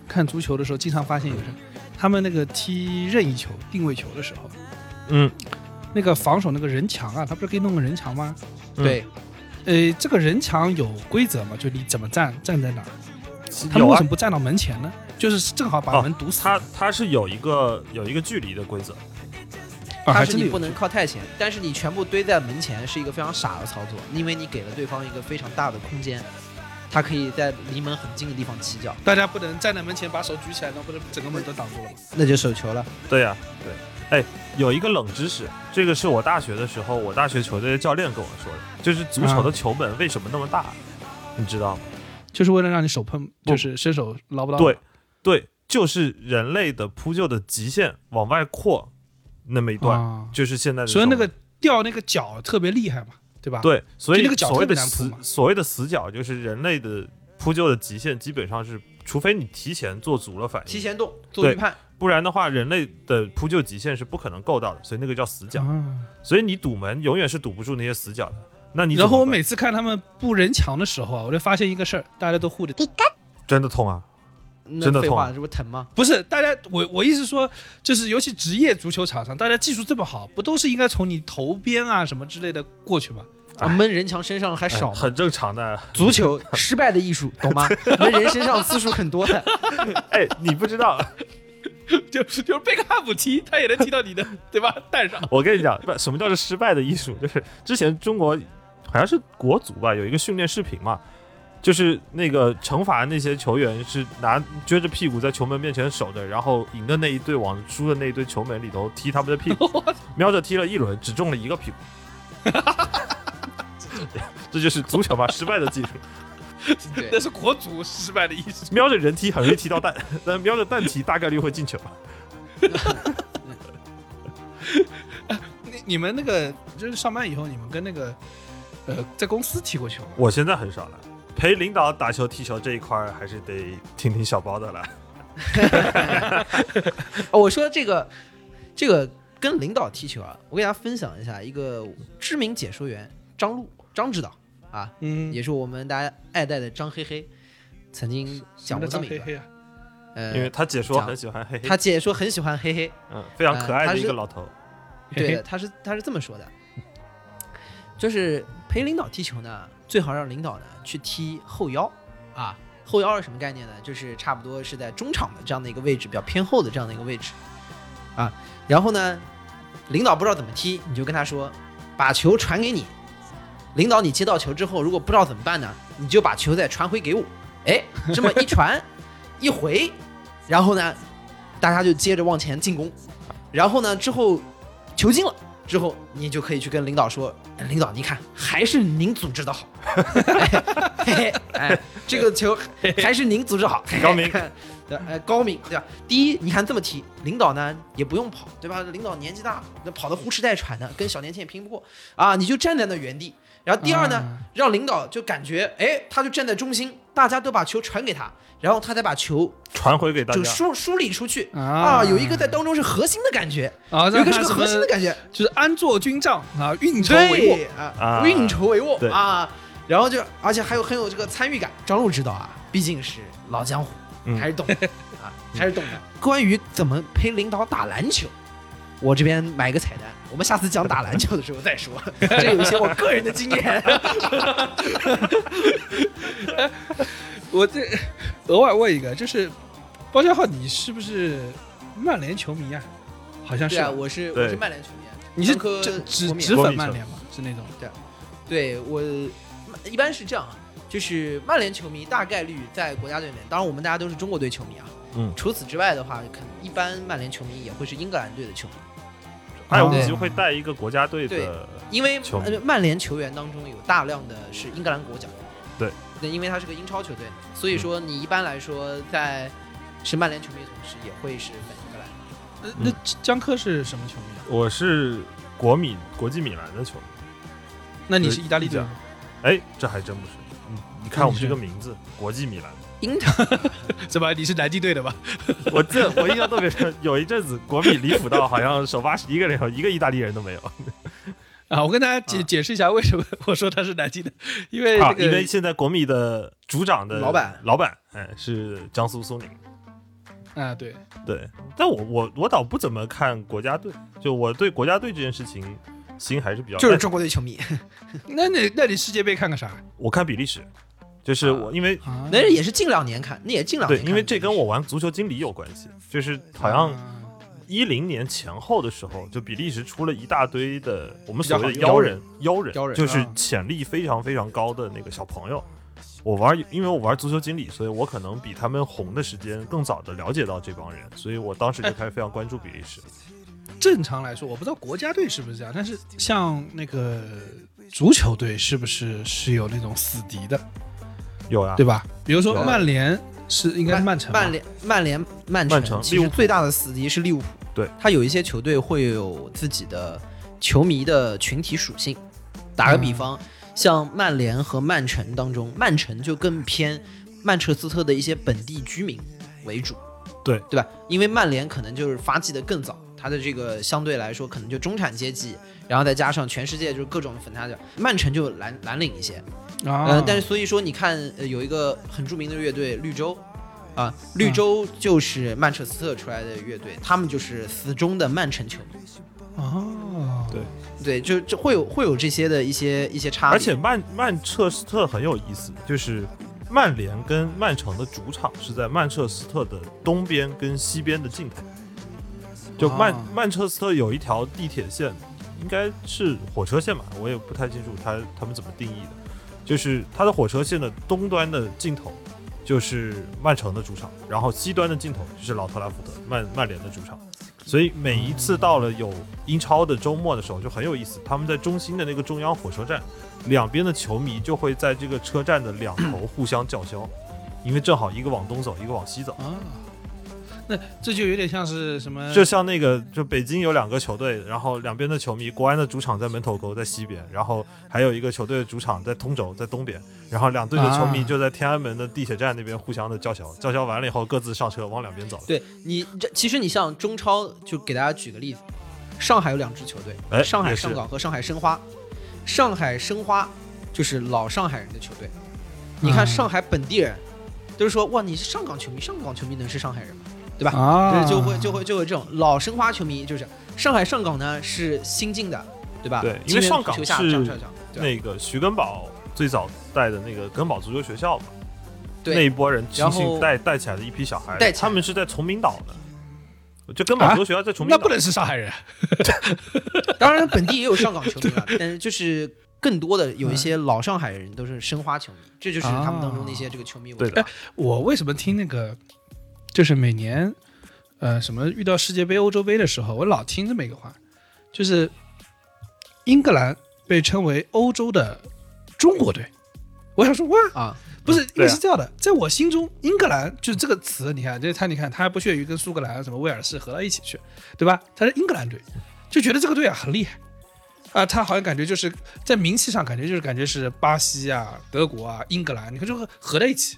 Speaker 1: 看足球的时候经常发现有人，他们那个踢任意球、定位球的时候，
Speaker 3: 嗯，
Speaker 1: 那个防守那个人墙啊，他不是可以弄个人墙吗？
Speaker 3: 嗯
Speaker 2: 对，
Speaker 1: 呃，这个人墙有规则嘛？就你怎么站，站在哪儿？他们
Speaker 3: 有
Speaker 1: 为
Speaker 3: 啊
Speaker 1: 什么，不站到门前呢？就是正好把
Speaker 3: 哦
Speaker 1: 门堵死。
Speaker 3: 它它是有一个有一个距离的规则。
Speaker 1: 啊，
Speaker 2: 它
Speaker 1: 还
Speaker 2: 是
Speaker 1: 真的
Speaker 2: 你
Speaker 1: 有
Speaker 2: 不能靠太前，但是你全部堆在门前是一个非常傻的操作，因为你给了对方一个非常大的空间，他可以在离门很近的地方起脚，
Speaker 1: 大家不能站在门前把手举起来，那不是整个门都挡住了吗？
Speaker 2: 那就手球了。
Speaker 3: 对呀、对，哎，有一个冷知识，这个是我大学的时候，我大学球队的教练跟我说的，就是足
Speaker 1: 嗯
Speaker 3: 球的球门为什么那么大，你知道吗？
Speaker 1: 就是为了让你手碰，
Speaker 3: 不
Speaker 1: 就是伸手捞不到。
Speaker 3: 对，对，就是人类的扑救的极限往外扩那么一段，
Speaker 1: 啊，
Speaker 3: 就是现在的。
Speaker 1: 所以那个。掉那个脚特别厉害嘛，对吧？
Speaker 3: 对，所以
Speaker 1: 就那个脚
Speaker 3: 所谓的
Speaker 1: 特别难扑
Speaker 3: 死
Speaker 1: 嘛
Speaker 3: 所谓的死角，就是人类的扑救的极限，基本上是，除非你提前做足了反
Speaker 2: 提
Speaker 3: 应，
Speaker 2: 前动做预
Speaker 3: 对
Speaker 2: 判，
Speaker 3: 不然的话，人类的扑救极限是不可能够到的，所以那个叫死角。
Speaker 1: 啊
Speaker 3: 所以你堵门永远是堵不住那些死角的。那你怎
Speaker 1: 然后
Speaker 3: 么
Speaker 1: 我
Speaker 3: 办
Speaker 1: 每次看他们布人墙的时候啊，我就发现一个事儿，大家都护着，
Speaker 3: 真的痛啊，真
Speaker 2: 那
Speaker 3: 的
Speaker 2: 废
Speaker 3: 痛
Speaker 2: 话，这不疼吗？
Speaker 1: 不是大家，我我意思说，就是尤其职业足球场上，大家技术这么好，不都是应该从你头边啊什么之类的过去吗？ [laughs]
Speaker 2: 啊，
Speaker 3: 哎
Speaker 2: 闷人墙身上还
Speaker 3: 哎
Speaker 2: 少吗？
Speaker 3: 很正常的。
Speaker 2: 足球失败的艺术，懂吗？闷人身上次数很多的，
Speaker 3: [laughs] 哎，你不
Speaker 2: [laughs]
Speaker 3: 知道，
Speaker 1: 就就是贝克汉姆踢，他也能踢到你的 [laughs] 对吧蛋上。
Speaker 3: 我跟你讲，不，什么叫做失败的艺术？ [laughs] 就是之前中国好像是国足吧，有一个训练视频嘛，就是那个惩罚那些球员是拿撅着屁股在球门面前守着，然后赢的那一队往输的那一队球门里头踢他们的
Speaker 2: [laughs]
Speaker 3: 屁股，瞄着踢了一轮，只中了一个屁股。 [laughs] 这就是足球嘛，失败的技术。
Speaker 2: 对
Speaker 1: 那是国足失败的意思。
Speaker 3: 瞄着人踢很容易踢到蛋，但瞄着蛋踢大概率会进球。
Speaker 1: 你你们那个就是上班以后，你们跟那个呃在公司踢过球吗？
Speaker 3: 我现在很少了，陪领导打球踢球这一块儿还是得听听小包的了。
Speaker 2: 哦，我说这个，这个跟领导踢球啊，我给大家分享一下一个知名解说员张璐张指导啊，
Speaker 1: 嗯，
Speaker 2: 也是我们大家爱戴的张黑黑，曾经讲
Speaker 1: 什么
Speaker 2: 过这
Speaker 1: 张
Speaker 2: 么一
Speaker 1: 黑
Speaker 2: 个，
Speaker 1: 黑啊，
Speaker 3: 因为
Speaker 2: 呃，
Speaker 3: 他解说很喜欢嘿嘿，
Speaker 2: 他解说很喜欢黑黑，
Speaker 3: 嗯，非常可爱
Speaker 2: 呃他
Speaker 3: 的
Speaker 2: 是
Speaker 3: 一个老头。
Speaker 2: 对
Speaker 1: 嘿
Speaker 2: 的，
Speaker 1: 嘿
Speaker 2: 他是他是这么说的，就是陪领导踢球呢，最好让领导呢去踢后腰啊。后腰是什么概念呢？就是差不多是在中场的这样的一个位置，比较偏后的这样的一个位置啊。然后呢，领导不知道怎么踢，你就跟他说，把球传给你。领导，你接到球之后，如果不知道怎么办呢，你就把球再传回给我。哎，这么一传一回，然后呢，大家就接着往前进攻。然后呢，之后球进了之后，你就可以去跟领导说：“哎领导，你看还是您组织的好， [laughs] 嘿嘿，哎，这个球还是您组织好，
Speaker 3: 高明
Speaker 2: [laughs] 对，哎，高明，对吧？第一，你看这么踢，领导呢也不用跑，对吧？领导年纪大，那跑得呼哧带喘的，跟小年轻也拼不过啊，你就站在那原地。然后第二呢，
Speaker 1: 啊
Speaker 2: 让领导就感觉，哎，他就站在中心，大家都把球传给他，然后他再把球
Speaker 3: 传回给大家
Speaker 2: 就，梳梳理出去。
Speaker 1: 啊
Speaker 2: 啊，有一个在当中是核心的感觉，
Speaker 1: 啊，
Speaker 2: 有一
Speaker 1: 让他
Speaker 2: 个是个
Speaker 1: 什
Speaker 2: 核
Speaker 1: 么
Speaker 2: 心的感觉，
Speaker 1: 就是安坐军帐啊，运筹帷幄。
Speaker 2: 对啊，
Speaker 3: 啊
Speaker 2: 运筹帷幄
Speaker 3: 对
Speaker 2: 啊，然后就而且还有很有这个参与感。张璐知道啊，毕竟是老江湖，
Speaker 3: 嗯
Speaker 2: 还是
Speaker 3: [laughs]
Speaker 2: 懂的啊，还是懂的。关于怎么陪领导打篮球，我这边买个彩蛋，我们下次讲打篮球的时候再说，
Speaker 3: [laughs]
Speaker 2: 这有一些我个人的经验。
Speaker 1: 我这额外问一个，就是包家浩，你是不是曼联球迷啊？好像是
Speaker 2: 对
Speaker 1: 吧，
Speaker 2: 啊，我是
Speaker 3: 对
Speaker 2: 我是曼联球迷，
Speaker 1: 你是
Speaker 2: 张科
Speaker 1: 这只
Speaker 2: 国米
Speaker 1: 只粉曼联吗？是那种
Speaker 2: 对我一般是这样啊，就是曼联球迷大概率在国家队里面，当然我们大家都是中国队球迷啊。
Speaker 3: 嗯
Speaker 2: 除此之外的话，可能一般曼联球迷也会是英格兰队的球迷，
Speaker 3: 爱屋
Speaker 2: 对
Speaker 3: 及会带一个国家队的，
Speaker 2: 因为
Speaker 3: 球迷
Speaker 2: 呃曼联球员当中有大量的是英格兰国脚。
Speaker 3: 对，嗯
Speaker 2: 那因为他是个英超球队，所以说你一般来说在是曼联球迷的同时，也会是本英格兰。
Speaker 1: 呃那江科是什么球迷啊？
Speaker 3: 我是国米国际米兰的球迷。
Speaker 1: 那你是意大利队吗？
Speaker 3: 哎，这还真不是。嗯，你看我们这个名字，国际米兰。
Speaker 2: 英特
Speaker 1: 是吧？你是南极队的吧？
Speaker 3: 我这我印象特别深， [laughs] 有一阵子国米离谱到好像首发一个人一个意大利人都没有
Speaker 1: 啊，我跟大家解
Speaker 2: 啊
Speaker 1: 解释一下为什么我说他是南极的，因为
Speaker 3: 啊
Speaker 1: 那，
Speaker 3: 因为
Speaker 1: 个
Speaker 3: 现在国米的主掌的
Speaker 2: 老板
Speaker 3: 老板，哎，是江苏苏宁。
Speaker 1: 啊，对，
Speaker 3: 对，但我我我倒不怎么看国家队，就我对国家队这件事情心还是比较
Speaker 2: 就是
Speaker 3: 哎
Speaker 2: 中国队球迷，
Speaker 1: 那你那你世界杯看个啥？
Speaker 3: 我看比利时，就是我因为
Speaker 1: 啊
Speaker 2: 那也是近两年看，那也近两
Speaker 3: 对，
Speaker 2: 年看的。
Speaker 3: 因为这跟我玩足球经理有关系，就是好像
Speaker 1: 啊
Speaker 3: 一零年前后的时候，就比利时出了一大堆的我们所谓的
Speaker 1: 比较好
Speaker 3: 妖人，妖人，
Speaker 2: 妖人
Speaker 3: 就是
Speaker 1: 啊
Speaker 3: 潜力非常非常高的那个小朋友。我玩，因为我玩足球经理，所以我可能比他们红的时间更早的了解到这帮人，所以我当时就开始非常关注比利时。
Speaker 1: 正常来说，我不知道国家队是不是这样，但是像那个足球队是不是是有那种死敌的，
Speaker 3: 有啊呀、
Speaker 1: 对吧？比如说
Speaker 2: 有
Speaker 1: 曼联是应该是
Speaker 2: 啊曼
Speaker 1: 曼城吧，
Speaker 2: 曼联、曼联、曼
Speaker 3: 曼城
Speaker 2: 其
Speaker 3: 利
Speaker 2: 实
Speaker 3: 物浦
Speaker 2: 最大的死敌是利物浦。
Speaker 3: 对，
Speaker 2: 他有一些球队会有自己的球迷的群体属性。打个比方，
Speaker 3: 嗯
Speaker 2: 像曼联和曼城当中，曼城就更偏曼彻斯特的一些本地居民为主。
Speaker 3: 对
Speaker 2: 对吧？因为曼联可能就是发迹的更早，它的这个相对来说可能就中产阶级，然后再加上全世界就是各种粉他的，曼城就蓝蓝领一些。
Speaker 1: 啊，
Speaker 2: 嗯，但是所以说，你看、呃有一个很著名的乐队绿洲，啊，
Speaker 3: 嗯
Speaker 2: 绿洲就是曼彻斯特出来的乐队，他们就是死忠的曼城球迷。
Speaker 1: 哦，
Speaker 3: 对
Speaker 2: 对，就这会有会有这些的一些一些差别。
Speaker 3: 而且曼曼彻斯特很有意思，就是曼联跟曼城的主场是在曼彻斯特的东边跟西边的尽头。就曼、
Speaker 1: 啊
Speaker 3: 曼彻斯特有一条地铁线，应该是火车线吧，我也不太清楚它他们怎么定义的。就是它的火车线的东端的尽头就是曼城的主场，然后西端的尽头就是老特拉福德曼曼联的主场。所以每一次到了有英超的周末的时候就很有意思，他们在中心的那个中央火车站，两边的球迷就会在这个车
Speaker 2: 嗯
Speaker 3: 站的两头互相叫嚣，因为正好一个往东走，一个往西走。
Speaker 1: 啊，那这就有点像是什
Speaker 2: 嗯
Speaker 1: 么？
Speaker 3: 就像那个，就北京有两个球队，然后两边的球迷，国安的主场在门头沟，在西边，然后还有一个球队的主场在通州，在东边，然后两队的球迷
Speaker 1: 啊
Speaker 3: 就在天安门的地铁站那边互相的叫嚣，叫嚣完了以后各自上车往两边走。
Speaker 2: 对你这其实你像中超，就给大家举个例子，上海有两支球队，
Speaker 3: 哎
Speaker 2: 上海
Speaker 3: 也是
Speaker 2: 上港和上海申花。上海申花就是老上海人的球队，你看
Speaker 1: 嗯
Speaker 2: 上海本地人都是说哇，你是上港球迷，上港球迷能是上海人吗？吧
Speaker 1: 啊，
Speaker 2: 对，就会就会就会这种老申花球迷就是上海上港呢是新进的，对吧？
Speaker 3: 对因
Speaker 2: 今
Speaker 3: 为
Speaker 2: 年
Speaker 3: 上港
Speaker 2: 足球下
Speaker 3: 是
Speaker 2: 上上上对
Speaker 3: 那个徐根宝最早带的那个根宝足球学校嘛，
Speaker 2: 对
Speaker 3: 那一波人
Speaker 2: 然
Speaker 3: 亲
Speaker 2: 后
Speaker 3: 信带带起来的一批小孩
Speaker 2: 带，起来啊
Speaker 3: 他们是在崇明岛的，就根宝足球学校在崇明
Speaker 1: 那
Speaker 3: 岛。
Speaker 1: 不能是上海人。
Speaker 2: 当然本地也有上港球迷了，但是就是更多的有一
Speaker 3: 嗯
Speaker 2: 些老上海人都是申花球迷，这就是他们当中的一些这个球迷文化。
Speaker 3: 对的
Speaker 1: 我为什么听那个，就是每年，呃，什么遇到世界杯、欧洲杯的时候，我老听这么一个话，就是英格兰被称为欧洲的中国队。我想说哇，
Speaker 2: 啊，
Speaker 1: 不是，因为
Speaker 3: 对啊
Speaker 1: 是这样的，在我心中，英格兰就是这个词，你看，这他你看，他还不屑于跟苏格兰、什么威尔士合到一起去，对吧？他是英格兰队，就觉得这个队啊很厉害。啊，他好像感觉就是在名气上，感觉就是感觉是巴西啊、德国啊、英格兰，你看就合在一起，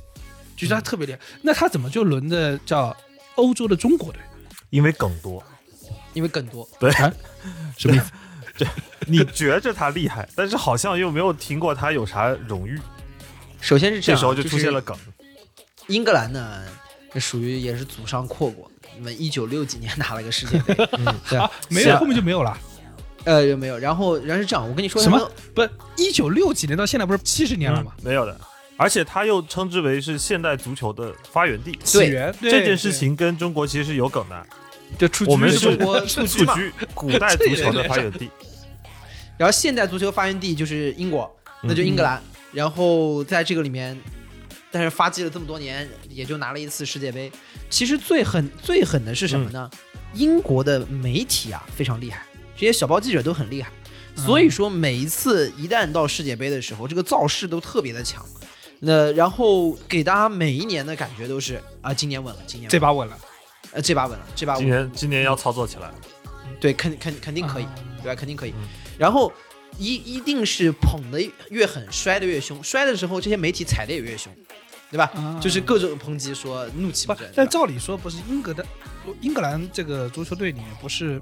Speaker 1: 就觉得他特别厉害。那他怎么就轮着叫欧洲的中国队？
Speaker 3: 因为梗
Speaker 1: [laughs]
Speaker 3: 多，
Speaker 2: 因为更多
Speaker 1: 什么意
Speaker 3: 嗯
Speaker 1: 思？
Speaker 3: 你觉着他厉害，但是好像又没有听过他有啥荣誉，
Speaker 2: 首先是这
Speaker 3: 这
Speaker 1: 啊
Speaker 2: 样，
Speaker 3: 时候就出现了梗。
Speaker 2: 英格兰呢，这属于也是祖上阔过。你们一九六几年拿了个世界杯， [laughs] 对
Speaker 1: 啊
Speaker 2: 吧，
Speaker 1: 没
Speaker 2: 是
Speaker 1: 有，
Speaker 2: 啊
Speaker 1: 后面就没有了。
Speaker 2: 呃，有没有？然后，然后是这样，我跟你说，
Speaker 1: 什么
Speaker 2: 他们
Speaker 1: 不，一九六几年到现在不是七十年了吗？
Speaker 3: 嗯没有的。而且他又称之为是现代足球的发源地，
Speaker 1: 起源对
Speaker 3: 这件事情跟中国其实是有梗的。
Speaker 1: 对就出
Speaker 3: 我们
Speaker 1: 局
Speaker 3: 是
Speaker 1: 了
Speaker 2: 中国
Speaker 3: 蹴
Speaker 2: 蹴鞠嘛
Speaker 3: 鞠，古代足球的发
Speaker 1: [laughs]
Speaker 3: 源地。
Speaker 2: 然后现代足球发源地就是英国，
Speaker 3: 嗯
Speaker 2: 那就英格兰。然后在这个里面，但是发迹了这么多年，也就拿了一次世界杯。其实最狠最狠的是什么呢？
Speaker 3: 嗯
Speaker 2: 英国的媒体啊非常厉害，这些小报记者都很厉害。
Speaker 3: 嗯
Speaker 2: 所以说每一次一旦到世界杯的时候，这个造势都特别的强。那然后给大家每一年的感觉都是啊，今年稳了，今年
Speaker 1: 这
Speaker 2: 稳了
Speaker 1: 把稳了，
Speaker 2: 呃这把稳了，这把稳
Speaker 3: 今
Speaker 2: 了。
Speaker 3: 年今年要操作起来，
Speaker 2: 对，肯肯肯定可以，
Speaker 1: 啊
Speaker 2: 对吧？肯定可以
Speaker 3: 嗯。
Speaker 2: 然后一一定是捧的越狠，摔的越凶，摔的时候这些媒体踩的也越凶，对吧？
Speaker 1: 啊
Speaker 2: 就是各种抨击，说怒气
Speaker 1: 不
Speaker 2: 不争。，
Speaker 1: 但
Speaker 2: 对吧
Speaker 1: 照理说不是英格的，英格兰这个足球队里面不是，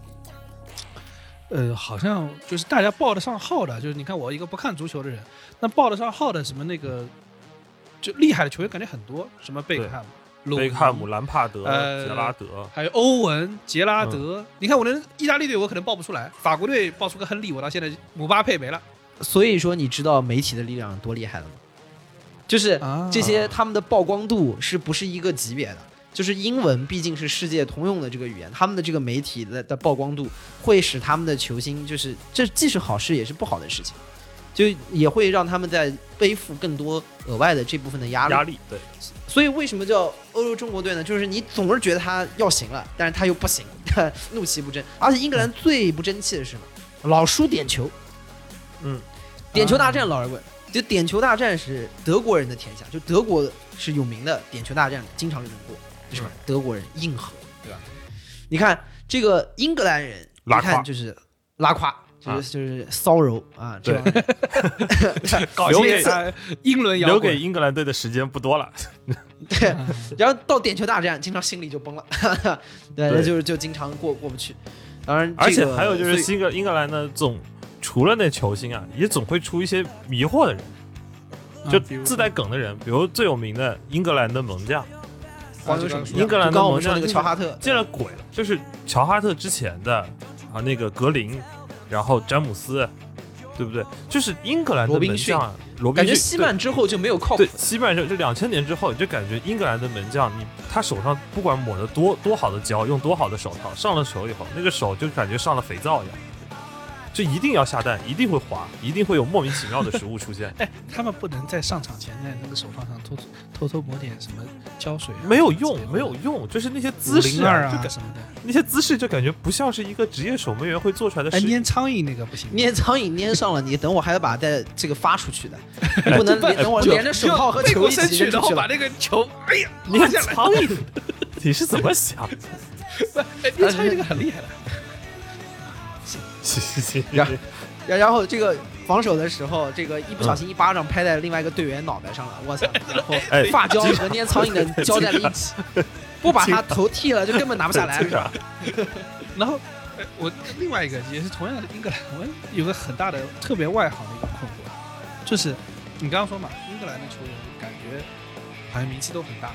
Speaker 1: 呃，好像就是大家报得上号的，就是你看我一个不看足球的人，那报得上号的什么那个，就厉害的球员感觉很多，什么贝克汉姆、
Speaker 3: 贝克汉姆、
Speaker 1: 鲁尼
Speaker 3: 兰帕德、
Speaker 1: 呃
Speaker 3: 杰拉德，
Speaker 1: 还有欧文、杰拉
Speaker 3: 嗯
Speaker 1: 德。你看我连意大利队我可能报不出来，法国队报出个亨利，我到现在姆巴佩没了。
Speaker 2: 所以说，你知道媒体的力量有多厉害了吗？就是
Speaker 1: 啊
Speaker 2: 这些他们的曝光度是不是一个级别的？就是英文毕竟是世界通用的这个语言，他们的这个媒体的的曝光度会使他们的球星，就是这既是好事也是不好的事情，就也会让他们在背负更多额外的这部分的压力。
Speaker 3: 压力对，
Speaker 2: 所以为什么叫欧洲中国队呢？就是你总是觉得他要行了，但是他又不行， [laughs] 怒气不争。而且英格兰最不争气的是什么？老输点球。嗯
Speaker 3: 嗯，
Speaker 2: 点球大战老是问，就点球大战是德国人的天下，就德国是有名的点球大战，经常就能过，就是吧？德国人硬核，对吧？你看这个英格兰人，你
Speaker 3: 拉胯
Speaker 2: 看就是拉胯，就是、
Speaker 3: 啊
Speaker 2: 就是骚柔啊，这
Speaker 3: 对
Speaker 2: 帮人
Speaker 1: 搞
Speaker 3: 哦留
Speaker 1: 一
Speaker 3: 给
Speaker 1: 些英伦摇
Speaker 3: 留给
Speaker 1: 滚，
Speaker 3: 英格兰队的时间不多了。
Speaker 2: 对，然后到点球大战，经常心里就崩了，对，
Speaker 3: 对
Speaker 2: 就是就经常过过不去。当然、
Speaker 3: 而
Speaker 2: 这
Speaker 3: 且
Speaker 2: 个
Speaker 3: 还有就是
Speaker 2: 所以
Speaker 3: 新格英格兰呢，总除了那球星啊，也总会出一些迷惑的人，
Speaker 2: 嗯
Speaker 3: 就
Speaker 1: 啊比如，
Speaker 3: 自带梗的人，比如最有名的英格兰的猛将。
Speaker 2: 黄球什么
Speaker 3: 英格兰的
Speaker 2: 就刚刚我们说
Speaker 3: 门将
Speaker 2: 那个
Speaker 3: 就是
Speaker 2: 乔哈特，
Speaker 3: 见了鬼了！就是乔哈特之前的啊，那个格林，然后詹姆斯，对不对？就是英格兰的
Speaker 2: 罗宾
Speaker 3: 门将啊，罗宾
Speaker 2: 感觉
Speaker 3: 逊
Speaker 2: 西曼之后就没有靠谱
Speaker 3: 对对。西曼就就两千年之后，你就感觉英格兰的门将，你他手上不管抹的多多好的胶，用多好的手套，上了手以后，那个手就感觉上了肥皂一样，就一定要下蛋，一定会滑，一定会有莫名其妙的食物出现
Speaker 2: [laughs]
Speaker 1: 哎，他们不能在上场前在那个手放上偷偷偷抹点什么胶水啊、
Speaker 3: 没有用，没有用，就是那些姿势
Speaker 1: 502
Speaker 3: 就
Speaker 1: 啊
Speaker 3: 感
Speaker 1: 什么的。
Speaker 3: 那些姿势就感觉不像是一个职业守门员会做出来的
Speaker 1: 哎，
Speaker 3: 事情。
Speaker 1: 粘苍蝇那个不行，啊
Speaker 2: 粘苍蝇粘上了你，等我还得把带这个发出去
Speaker 3: [laughs]
Speaker 2: 的，你不能连等我
Speaker 1: 就
Speaker 2: 连着手套和
Speaker 1: 背
Speaker 2: 球
Speaker 1: 过
Speaker 2: 一
Speaker 1: 身
Speaker 2: 起
Speaker 1: 去，
Speaker 2: 扔
Speaker 1: 然
Speaker 2: 出
Speaker 1: 后
Speaker 2: 去
Speaker 1: 把
Speaker 2: 了。 [laughs]
Speaker 1: 那个球，哎呀，
Speaker 3: 你
Speaker 1: [laughs] 拿下来。
Speaker 3: 苍蝇，你是怎么想的？
Speaker 1: 哎，你猜这个很厉害的。
Speaker 3: 行行行
Speaker 2: 然后然然后这个防守的时候，这个一
Speaker 3: 嗯
Speaker 2: 不小心一巴掌拍在另外一个队员脑袋上了，我
Speaker 3: [laughs]
Speaker 2: 操！然后
Speaker 3: 哎
Speaker 2: 发胶和粘苍蝇的胶在了一起，不把他头剃了就根本拿不下来
Speaker 3: 这。啥？
Speaker 1: 然后呃我另外一个也是同样的英格兰，我有个很大的特别外行的一个困惑，就是你刚刚说嘛，英格兰的球员感觉好像名气都很大，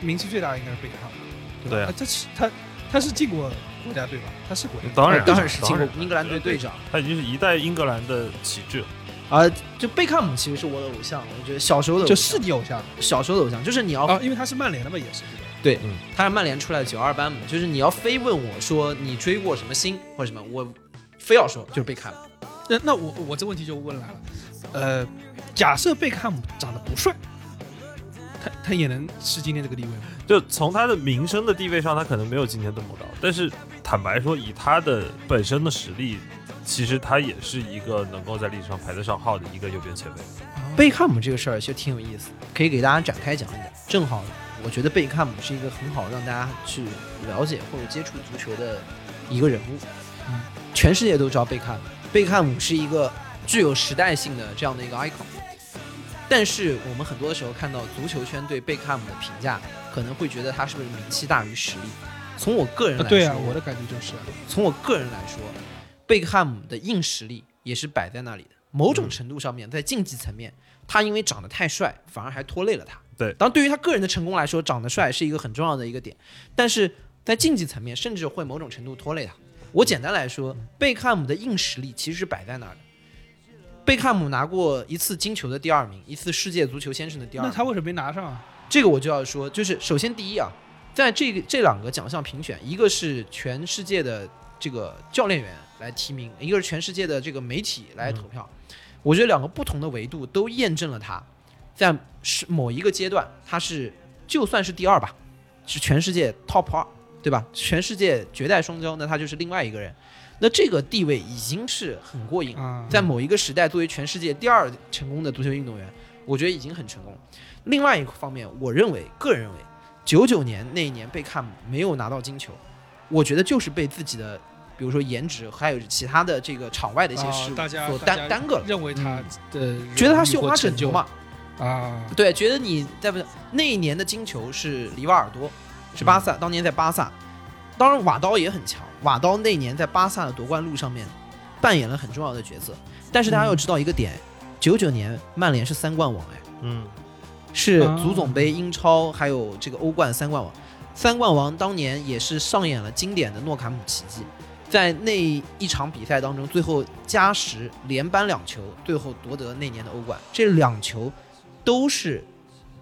Speaker 1: 名气最大的应该是贝克汉姆，吧？
Speaker 3: 对啊
Speaker 1: 啊，这是他他是进过国家队吧？他是国家队
Speaker 3: 当然
Speaker 2: 当然是进
Speaker 3: 当
Speaker 2: 过
Speaker 3: 然
Speaker 2: 英格兰队队长
Speaker 3: 他已经是一代英格兰的旗帜了。
Speaker 2: 啊！就贝克汉姆其实是我的偶像，我觉得小时候的偶
Speaker 1: 就
Speaker 2: 像
Speaker 1: 是你偶像
Speaker 2: 小时候的偶像，就是你要
Speaker 1: 啊，因为他是曼联的嘛，也是对吧
Speaker 2: 对
Speaker 3: 嗯，
Speaker 2: 他是曼联出来的九二班嘛，就是你要非问我说你追过什么星或者什么，我非要说就是贝克汉姆。
Speaker 1: 那那我我这问题就问来了，呃，假设贝克汉姆长得不帅，他他也能是今天这个地位吗？
Speaker 3: 就从他的名声的地位上，他可能没有今天这么高，但是坦白说，以他的本身的实力，其实他也是一个能够在历史上排得上号的一个右边前卫。
Speaker 2: 贝克汉姆这个事儿其实挺有意思，可以给大家展开讲一讲。正好，我觉得贝克汉姆是一个很好让大家去了解或者接触足球的一个人物。
Speaker 1: 嗯
Speaker 2: 全世界都知道贝克汉姆，贝克汉姆是一个具有时代性的这样的一个 icon。但是我们很多时候看到足球圈对贝克汉姆的评价，可能会觉得他是不是名气大于实力？从我个人来
Speaker 1: 啊
Speaker 2: 说，
Speaker 1: 对啊，我的感觉就是啊，
Speaker 2: 从我个人来说，贝克汉姆的硬实力也是摆在那里的。某
Speaker 1: 嗯
Speaker 2: 种程度上面，在竞技层面，他因为长得太帅，反而还拖累了他。
Speaker 3: 对
Speaker 2: 当然对于他个人的成功来说，长得帅是一个很重要的一个点，但是在竞技层面，甚至会某种程度拖累他。我简单来说，贝克汉姆的硬实力其实是摆在那儿的。贝克汉姆拿过一次金球的第二名，一次世界足球先生的第二
Speaker 1: 那
Speaker 2: 名。
Speaker 1: 他为什么没拿上啊？
Speaker 2: 这个我就要说，就是首先第一啊，在这个这两个奖项评选，一个是全世界的这个教练员来提名，一个是全世界的这个媒体来投票。我觉得两个不同的维度都验证了他在是某一个阶段，他是就算是第二吧，是全世界 top 二，对吧？全世界绝代双骄，那他就是另外一个人。那这个地位已经是很过瘾了
Speaker 1: 啊，
Speaker 2: 嗯在某一个时代作为全世界第二成功的足球运动员，我觉得已经很成功了。另外一个方面，我认为，个人认为，九九年那一年贝克汉姆没有拿到金球，我觉得就是被自己的，比如说颜值，还有其他的这个场外的一些事
Speaker 1: 啊
Speaker 2: 物
Speaker 1: 大家
Speaker 2: 所
Speaker 1: 大
Speaker 2: 耽
Speaker 1: 家
Speaker 2: 耽搁了，
Speaker 1: 认为他的
Speaker 2: 嗯觉得他
Speaker 1: 是
Speaker 2: 是
Speaker 1: 有
Speaker 2: 有花
Speaker 1: 成
Speaker 2: 拯
Speaker 1: 就
Speaker 2: 救嘛，
Speaker 1: 啊，
Speaker 2: 对，觉得你在不那一年的金球是里瓦尔多，是巴萨，当年在巴萨，当然瓦刀也很强，瓦刀那年在巴萨的夺冠路上面扮演了很重要的角色。但是大家要知道一个点，九九、年曼联是三冠王哎，
Speaker 3: 嗯，
Speaker 2: 是
Speaker 1: 啊
Speaker 2: 足总杯、英超还有这个欧冠三冠王。三冠王当年也是上演了经典的诺坎普奇迹，在那一场比赛当中，最后加时连扳两球，最后夺得那年的欧冠。这两球都是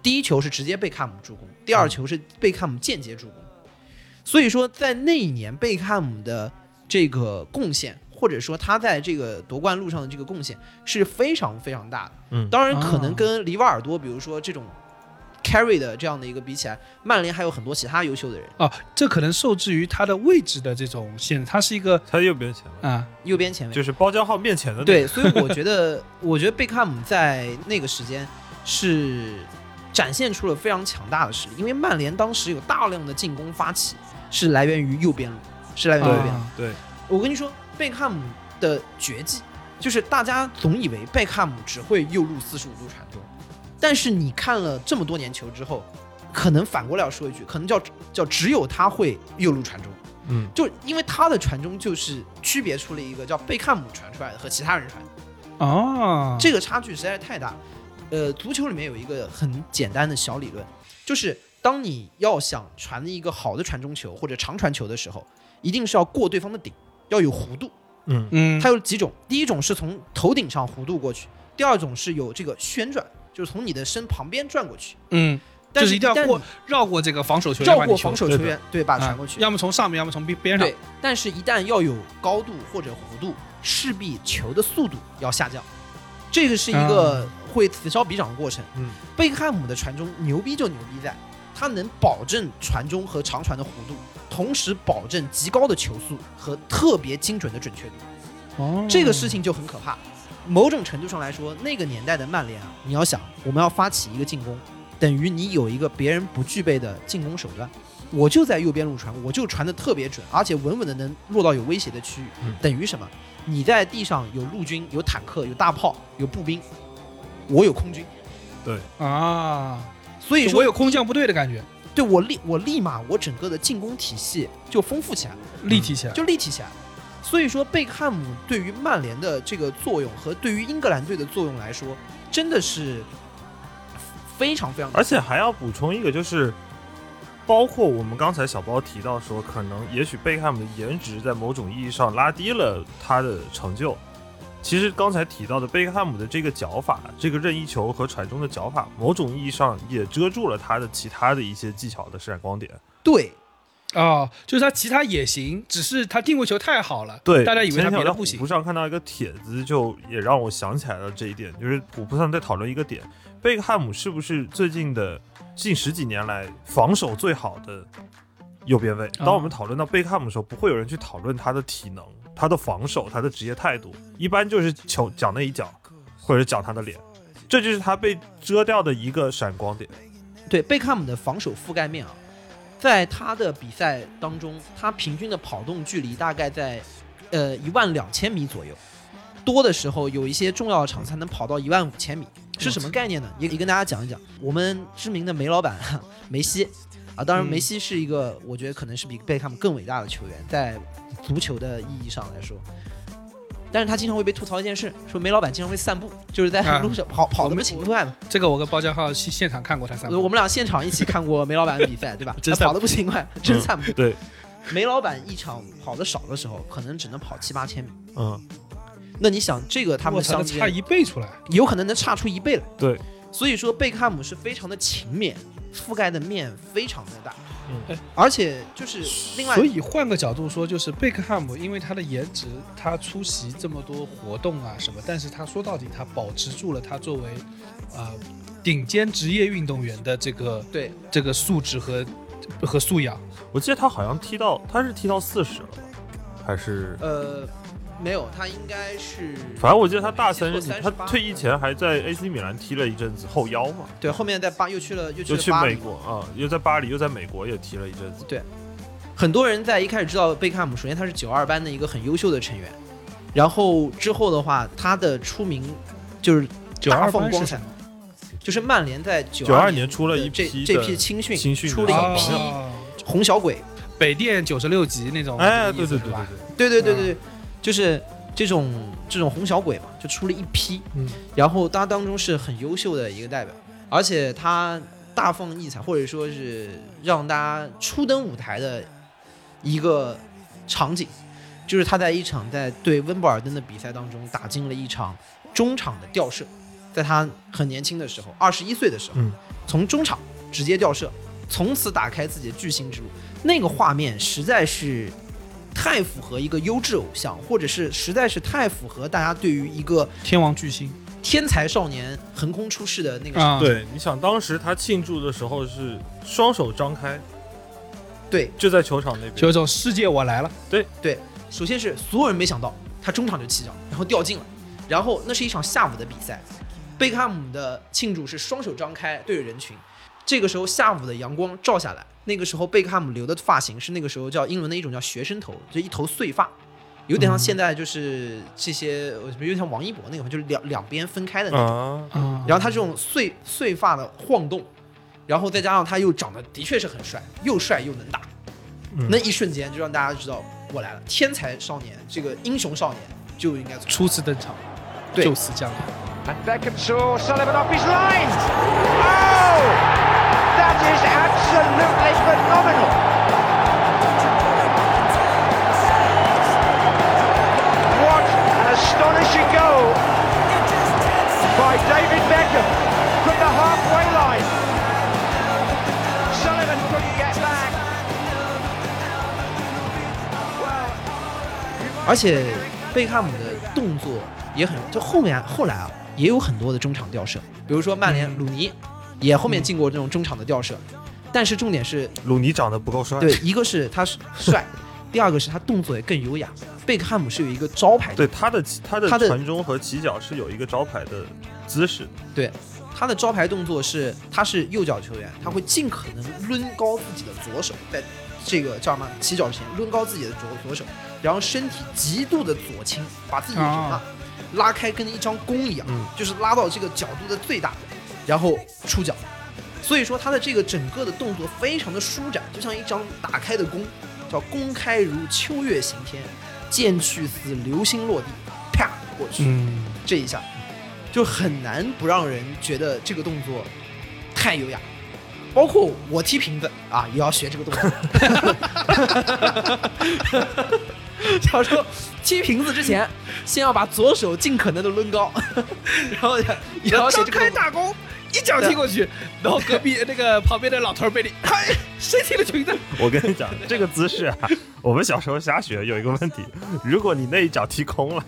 Speaker 2: 第一球是直接贝克汉姆助攻，第二球是贝克汉姆间接助攻。所以说，在那一年贝克汉姆的这个贡献，或者说他在这个夺冠路上的这个贡献是非常非常大的。
Speaker 3: 嗯
Speaker 2: 当然可
Speaker 1: 啊
Speaker 2: 能跟里瓦尔多，比如说这种 carry 的这样的一个比起来，曼联还有很多其他优秀的人。
Speaker 1: 啊，这可能受制于他的位置的这种限制，他是一个
Speaker 3: 他右边前卫
Speaker 1: 啊，
Speaker 2: 右边前卫
Speaker 3: 就是包浆号面前的那个
Speaker 2: 对，所以我觉得， [laughs] 我觉得贝克汉姆在那个时间是展现出了非常强大的实力，因为曼联当时有大量的进攻发起是来源于右边路，是来源于右边路。
Speaker 1: 啊
Speaker 3: 对，
Speaker 2: 我跟你说，贝克汉姆的绝技就是大家总以为贝克汉姆只会右路四十五度传中，但是你看了这么多年球之后，可能反过来要说一句，可能叫叫只有他会右路传中。
Speaker 3: 嗯，
Speaker 2: 就因为他的传中就是区别出了一个叫贝克汉姆传出来的和其他人传的，
Speaker 1: 哦，
Speaker 2: 这个差距实在是太大。呃，足球里面有一个很简单的小理论，就是当你要想传一个好的传中球或者长传球的时候，一定是要过对方的顶，要有弧度。
Speaker 3: 嗯，
Speaker 1: 嗯，
Speaker 2: 它有几种，第一种是从头顶上弧度过去，第二种是有这个旋转，就是从你的身旁边转过去。
Speaker 1: 嗯，
Speaker 2: 但
Speaker 1: 就是一定要
Speaker 2: 但
Speaker 1: 过绕过这个防守球员，
Speaker 2: 绕
Speaker 1: 把你
Speaker 2: 过
Speaker 1: 球
Speaker 2: 防守
Speaker 3: 对
Speaker 2: 球
Speaker 3: 的
Speaker 2: 员，对，把它
Speaker 1: 啊
Speaker 2: 传过去。
Speaker 1: 要么从上面，要么从边边上，
Speaker 2: 对，但是一旦要有高度或者弧度，势必球的速度要下降，这个是一个
Speaker 1: 啊
Speaker 2: 会此消彼长的过程。
Speaker 3: 嗯，
Speaker 2: 贝克汉姆的传中牛逼就牛逼在，他能保证传中和长传的弧度，同时保证极高的球速和特别精准的准确度。
Speaker 1: 哦
Speaker 2: 这个事情就很可怕。某种程度上来说，那个年代的曼联啊，你要想，我们要发起一个进攻，等于你有一个别人不具备的进攻手段，我就在右边路传，我就传的特别准，而且稳稳的能落到有威胁的区域，
Speaker 3: 嗯
Speaker 2: 等于什么？你在地上有陆军、有坦克、有大炮、有步兵，我有空军，
Speaker 1: 啊，
Speaker 2: 所以
Speaker 1: 就
Speaker 2: 说
Speaker 1: 我有空降部队的感觉，
Speaker 2: 对我立我立马我整个的进攻体系就丰富起来了，
Speaker 1: 立体起来。
Speaker 2: 就立体起来了。所以说，贝克汉姆对于曼联的这个作用和对于英格兰队的作用来说，真的是非常非常。
Speaker 3: 而且还要补充一个，就是包括我们刚才小包提到说，可能也许贝克汉姆的颜值在某种意义上拉低了他的成就。其实刚才提到的贝克汉姆的这个脚法，这个任意球和传中的脚法，某种意义上也遮住了他的其他的一些技巧的闪光点。
Speaker 2: 对，
Speaker 1: 哦，就是他其他也行，只是他定位球太好了，
Speaker 3: 对，
Speaker 1: 大家以为
Speaker 3: 前
Speaker 1: 他
Speaker 3: 天
Speaker 1: 别
Speaker 3: 我
Speaker 1: 的
Speaker 3: 在
Speaker 1: 不
Speaker 3: 虎
Speaker 1: 行
Speaker 3: 扑。上看到一个帖子，就也让我想起来了这一点，就是虎扑上在讨论一个点，贝克汉姆是不是最近的近十几年来防守最好的右边卫？当
Speaker 1: 哦
Speaker 3: 我们讨论到贝克汉姆的时候，不会有人去讨论他的体能、他的防守、他的职业态度，一般就是球讲那一脚，或者讲他的脸，这就是他被遮掉的一个闪光点。
Speaker 2: 对贝克汉姆的防守覆盖面啊，在他的比赛当中，他平均的跑动距离大概在呃一万两千米左右，多的时候有一些重要的场次还能跑到一万五千米，是
Speaker 1: 嗯
Speaker 2: 什么概念呢？也也跟大家讲一讲，我们知名的梅老板 [laughs] 梅西啊，当然
Speaker 1: 嗯
Speaker 2: 梅西是一个我觉得可能是比贝克汉姆更伟大的球员，在足球的意义上来说。但是他经常会被吐槽一件事，说梅老板经常会散步，就是在
Speaker 1: 啊
Speaker 2: 路上跑、跑
Speaker 1: 我
Speaker 2: 的不
Speaker 1: 们
Speaker 2: 勤快嘛。
Speaker 1: 这个我跟包家浩现现场看过他三
Speaker 2: 呃我们俩现场一起看过梅老板的比赛，对
Speaker 3: [laughs]
Speaker 2: 吧？
Speaker 1: 真
Speaker 2: 他
Speaker 1: 散步
Speaker 2: 跑的不勤快，
Speaker 3: 嗯
Speaker 2: 真散步。
Speaker 3: 对，
Speaker 2: 梅老板一场跑的少的时候，可能只能跑七八千米。
Speaker 3: 嗯，
Speaker 2: 那你想，这个他
Speaker 1: 我
Speaker 2: 们
Speaker 1: 操那
Speaker 2: 相
Speaker 1: 差
Speaker 2: 间
Speaker 1: 一倍出来。
Speaker 2: 有可能能差出一倍来。
Speaker 3: 对，
Speaker 2: 所以说贝克汉姆是非常的勤勉，覆盖的面非常的大。
Speaker 3: 嗯，
Speaker 2: 而且就是另外
Speaker 1: 所以换个角度说，就是贝克汉姆，因为他的颜值，他出席这么多活动啊什么，但是他说到底，他保持住了他作为呃顶尖职业运动员的这个
Speaker 2: 对
Speaker 1: 这个素质和和素养。
Speaker 3: 我记得他好像踢到，他是踢到四十了吧，还是
Speaker 2: 呃没有，他应该是
Speaker 3: 反正我记得他大三
Speaker 2: 没
Speaker 3: 任
Speaker 2: 记
Speaker 3: 里
Speaker 2: 错，
Speaker 3: 他
Speaker 2: 38
Speaker 3: 退役前还在 AC 米兰踢了一阵子后腰嘛，
Speaker 2: 对后面在巴又去了又去
Speaker 3: 又
Speaker 2: 了
Speaker 3: 去
Speaker 2: 巴
Speaker 3: 美
Speaker 2: 黎。
Speaker 3: 国啊，又在巴黎，又在美国也踢了一阵子。
Speaker 2: 很多人在一开始知道贝克汉姆，首先他是九二班的一个很优秀的成员，然后之后的话，他的出名就是
Speaker 1: 九
Speaker 2: 大
Speaker 1: 二
Speaker 2: 放
Speaker 1: 班
Speaker 2: 光
Speaker 1: 是什
Speaker 2: 彩
Speaker 1: 么，
Speaker 2: 就是曼联在九
Speaker 3: 九二
Speaker 2: 二
Speaker 3: 年出了一
Speaker 2: 这
Speaker 3: 批
Speaker 2: 这
Speaker 3: 的
Speaker 2: 批青训
Speaker 3: 青训的啊
Speaker 2: 出了一批
Speaker 1: 哦
Speaker 2: 红小鬼，
Speaker 1: 北电九十六级那种，
Speaker 3: 哎，
Speaker 1: 那种哦
Speaker 3: 对
Speaker 1: 意思
Speaker 3: 对
Speaker 1: 是
Speaker 3: 对对
Speaker 1: 吧
Speaker 3: 对，
Speaker 2: 对对对
Speaker 3: 嗯
Speaker 2: 对，对就是这种这种红小鬼嘛，就出了一批，
Speaker 3: 嗯
Speaker 2: 然后他当中是很优秀的一个代表，而且他大放异彩，或者说是让大家初登舞台的一个场景，就是他在一场在对温布尔登的比赛当中打进了一场中场的吊射，在他很年轻的时候，二十一岁的时候，
Speaker 3: 嗯
Speaker 2: 从中场直接吊射，从此打开自己的巨星之路。那个画面实在是太符合一个优质偶像，或者是实在是太符合大家对于一个
Speaker 1: 天王巨星
Speaker 2: 天才少年横空出世的那个、
Speaker 1: 啊，，
Speaker 3: 对，你想当时他庆祝的时候是双手张开，
Speaker 2: 对。
Speaker 3: 就在球场那
Speaker 1: 就
Speaker 3: 边
Speaker 1: 有。种世界我来了，
Speaker 2: 首先是所有人没想到他中场就起脚，然后掉进了，然后那是一场下午的比赛，贝克汉姆的庆祝是双手张开对着人群。这个时候下午的阳光照下来，那个时候贝克汉姆留的发型是那个时候叫英伦的一种叫学生头，就一头碎发，有点像现在就是这些，呃有点像王一博那个，就是两两边分开的那种。
Speaker 3: 啊，
Speaker 1: 啊
Speaker 2: 然后他这种碎碎发的晃动，然后再加上他又长得的确是很帅，又帅又能打，
Speaker 3: 嗯
Speaker 2: 那一瞬间就让大家知道我来了，天才少年，这个英雄少年就应该从
Speaker 1: 初次登场，
Speaker 2: 对
Speaker 1: 就此降临。
Speaker 4: Beckham saw Sullivan off his line. Oh! That is absolutely phenomenal. What an astonishing goal by David Beckham from the halfway line. Sullivan couldn't get back. Well, you might
Speaker 2: 而且
Speaker 4: be doing
Speaker 2: 贝克汉姆的动作也很，就后面后来啊也有很多的中场吊射，比如说曼联鲁尼也后面进过这种中场的吊射，但是重点是
Speaker 3: 鲁尼长得不够帅。
Speaker 2: 对，一个是他是 [laughs] 帅，第二个是他动作也更优雅。贝克汉姆是有一个招牌的
Speaker 3: 对，他的起他的
Speaker 2: 他的
Speaker 3: 传中和起脚是有一个招牌的姿势。
Speaker 2: 对，他的招牌动作是他是右脚球员，他会尽可能抡高自己的左手，在这个叫什么起脚之前抡高自己的左左手，然后身体极度的左倾，把自己的手
Speaker 1: 啊
Speaker 2: 拉拉开，跟一张弓一样，
Speaker 3: 嗯
Speaker 2: 就是拉到这个角度的最大，然后出脚。所以说他的这个整个的动作非常的舒展，就像一张打开的弓，叫弓开如秋月行天，箭去似流星落地，啪过去。
Speaker 3: 嗯，
Speaker 2: 这一下，就很难不让人觉得这个动作太优雅。包括我踢瓶子啊，也要学这个动作。 [laughs] 小时候踢瓶子之前，先要把左手尽可能的抡高， [laughs] 然后也要学
Speaker 1: 张
Speaker 2: 这个
Speaker 1: 开
Speaker 2: 动作。
Speaker 1: 大弓，一脚踢过去，然后隔壁那个旁边的老头儿被你，嗨，谁踢了裙子？，
Speaker 3: 我跟你讲，这个姿势啊，我们小时候瞎学有一个问题，如果你那一脚踢空了，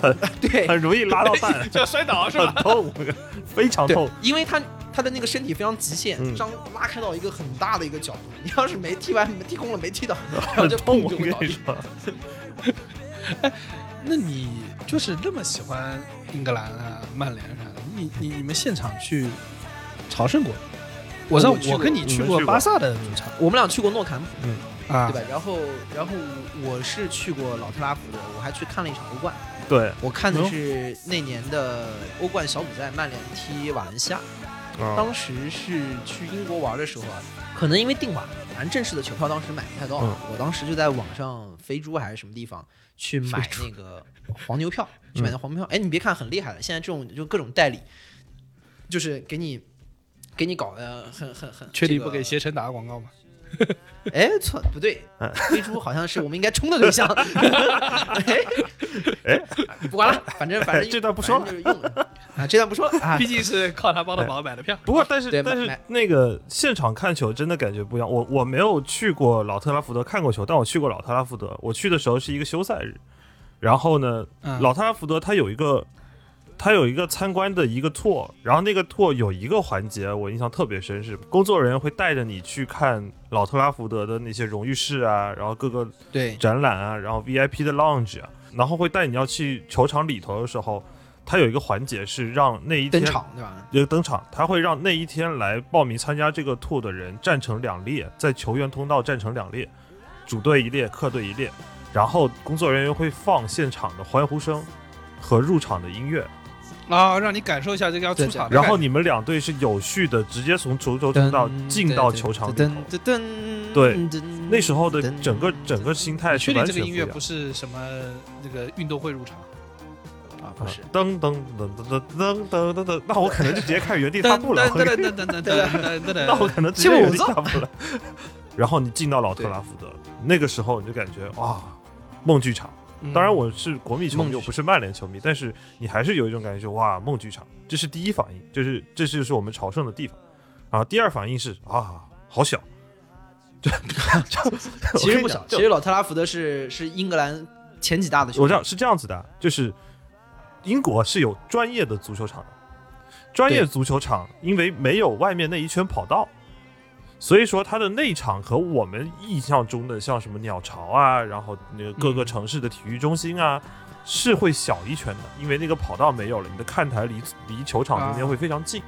Speaker 3: 很
Speaker 2: 对
Speaker 3: 很容易拉到
Speaker 1: [laughs]
Speaker 3: 蛋
Speaker 1: 就要摔倒是
Speaker 3: 很
Speaker 1: 吧？
Speaker 3: 痛，非
Speaker 2: [laughs]
Speaker 3: 常
Speaker 2: 对
Speaker 3: 痛。，
Speaker 2: 因为他他的那个身体非常极限，
Speaker 3: 哦嗯
Speaker 2: 张拉开到一个很大的一个角度。 [laughs] 你要是没踢完，没踢空了，没踢到，然后
Speaker 3: [laughs] 很
Speaker 2: 就
Speaker 3: 痛，
Speaker 2: 砰
Speaker 3: 我
Speaker 2: 就
Speaker 3: 跟
Speaker 2: 会倒
Speaker 3: 你
Speaker 2: 地。
Speaker 3: 说，
Speaker 1: 那你就是那么喜欢英格兰啊、曼联啥的，你你你们现场去朝圣过？我知道
Speaker 2: 我去过
Speaker 1: 我跟你去过
Speaker 3: 我们去过
Speaker 1: 巴萨的主场
Speaker 2: 我们俩去过诺坎普。
Speaker 1: 啊
Speaker 2: 对吧？然后，然后我是去过老特拉福德，我还去看了一场欧冠。
Speaker 3: 对，
Speaker 2: 我看
Speaker 1: 嗯
Speaker 2: 的是那年的欧冠小组赛，曼联踢瓦伦西亚。
Speaker 3: 嗯
Speaker 1: 哦
Speaker 2: 当时是去英国玩的时候啊，可能因为订晚了，反正正式的球票当时买不太到。啊
Speaker 3: 嗯
Speaker 2: 我当时就在网上飞猪还是什么地方去买那个黄牛票，
Speaker 1: 嗯
Speaker 2: 去买那黄牛票。哎，你别看很厉害了，现在这种就各种代理，就是给你给你搞的很很很。
Speaker 1: 确定
Speaker 2: 这
Speaker 1: 不
Speaker 2: 个
Speaker 1: 给携程打个广告吗？
Speaker 2: 哎，错，不对
Speaker 3: 嗯，
Speaker 2: [laughs] 飞猪好像是我们应该冲的对象。 [laughs] 哎，不管了，反正反正
Speaker 3: 这段不说了
Speaker 2: 反正就是用了啊，这段不说了啊
Speaker 1: 毕。竟是靠他帮的忙买的票。
Speaker 3: 不过，但是
Speaker 2: 对
Speaker 3: 但是
Speaker 2: 买
Speaker 3: 那个现场看球真的感觉不一样。我我没有去过老特拉福德看过球，但我去过老特拉福德。我去的时候是一个休赛日，然后呢，
Speaker 1: 嗯
Speaker 3: 老特拉福德它有一个它有一个参观的一个 tour，然后那个 tour 有一个环节我印象特别深，是工作人员会带着你去看老特拉福德的那些荣誉室啊，然后各个
Speaker 2: 对，
Speaker 3: 展览啊，然后 VIP 的 lounge 啊，然后会带你要去球场里头的时候，它有一个环节是让那一天
Speaker 2: 登场对吧？
Speaker 3: 一个登场，他会让那一天来报名参加这个 tour 的人站成两列，在球员通道站成两列，主队一列，客队一列，然后工作人员会放现场的欢呼声和入场的音乐，
Speaker 1: 啊，让你感受一下这个要出
Speaker 2: 对
Speaker 1: 场的感觉。
Speaker 3: 然后你们两队是有序的直接从足球通道进到球场里头。
Speaker 2: 噔噔
Speaker 3: 对
Speaker 2: 噔，
Speaker 3: 那时候的整个整个心态
Speaker 1: 你确
Speaker 3: 是
Speaker 1: 定
Speaker 3: 完
Speaker 1: 这个
Speaker 3: 全
Speaker 1: 音
Speaker 3: 一
Speaker 1: 乐
Speaker 3: 样
Speaker 1: 不
Speaker 3: 的。
Speaker 1: 是什么那个运动会入场？
Speaker 2: 啊，
Speaker 3: 嗯
Speaker 2: 不是，
Speaker 3: 噔噔噔噔噔噔噔噔，那我可能就直接看原地踏
Speaker 1: 噔
Speaker 3: 步
Speaker 1: 噔
Speaker 3: 了。我
Speaker 1: 噔噔
Speaker 3: [laughs]
Speaker 1: 噔噔噔噔噔
Speaker 3: 那我
Speaker 1: 噔。
Speaker 3: 可能直接有地下不了。 [laughs] 然后你进到老特拉福德，那个时候你就感觉哇，梦剧场。当然我是国米球
Speaker 2: 梦
Speaker 3: 迷，
Speaker 2: 剧
Speaker 3: 我不是曼联球迷，但是你还是有一种感觉，哇，梦剧场，这是第一反应，就是这就是我们朝圣的地方。然后第二反应是啊，好小，这
Speaker 2: 其实不小，其实老特拉福德是是英格兰前几大的球队，
Speaker 3: 我知道是这样子的，就是英国是有专业的足球场的，专业
Speaker 2: 对
Speaker 3: 足球场因为没有外面那一圈跑道，所以说它的内场和我们印象中的像什么鸟巢啊，然后那个各个
Speaker 1: 嗯
Speaker 3: 城市的体育中心啊，是会小一圈的，因为那个跑道没有了，你的看台离离球场中间会非常近。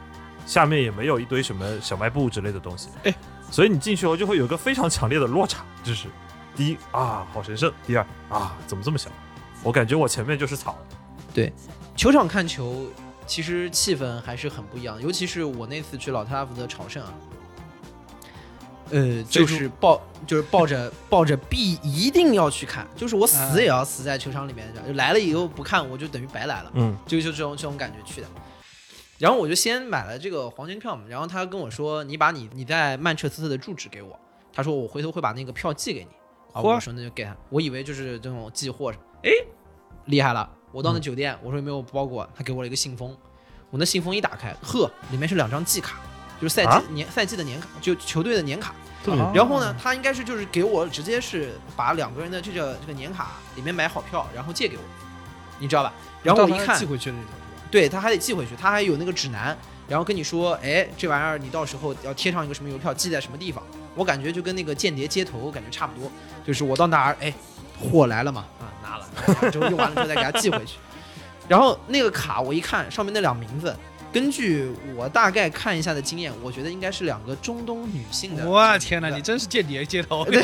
Speaker 3: 下面也没有一堆什么小卖部之类的东西，
Speaker 1: 哎，
Speaker 3: 所以你进去后就会有一个非常强烈的落差，就是第一啊，好神圣；第二啊，怎么这么小？我感觉我前面就是草。
Speaker 2: 球场看球，其实气氛还是很不一样，尤其是我那次去老特拉福德朝圣啊，呃，
Speaker 1: 最
Speaker 2: 就
Speaker 1: 初
Speaker 2: 是抱就是抱着抱着必一定要去看，就是我死也要死在球场里面，来了以后不看我就等于白来了，
Speaker 3: 嗯
Speaker 2: 就就这种这种感觉去的。然后我就先买了这个黄金票嘛，然后他跟我说：“你把你你在曼彻斯特的住址给我。”他说：“我回头会把那个票寄给你。”啊，
Speaker 1: 嚯
Speaker 2: 我说那就给他。我以为就是这种寄货什么，哎，厉害了！我到那酒店，我说有没有包裹，他给我了一个信封。我那信封一打开，呵，里面是两张季卡，就是赛季、
Speaker 3: 啊哦
Speaker 2: 年赛季的年卡，就球队的年卡。
Speaker 3: 特别
Speaker 2: 然后呢，他应该是就是给我直接是把两个人的这个这个年卡里面买好票，然后借给我，你知道吧？然后我一看
Speaker 1: 寄，回去的那种。
Speaker 2: 对他还得寄回去，他还有那个指南，然后跟你说，哎，这玩意儿你到时候要贴上一个什么邮票，寄在什么地方。我感觉就跟那个间谍接头感觉差不多，就是我到哪儿，哎，货来了嘛，啊，拿了，之后用完了之后再给他寄回去。然后那个卡我一看，上面那俩名字根据我大概看一下的经验，我觉得应该是两个中东女性
Speaker 1: [laughs]
Speaker 2: 的。
Speaker 1: 哇天
Speaker 2: 嗯
Speaker 1: 哪，你真是间谍接头！
Speaker 2: [laughs] 对，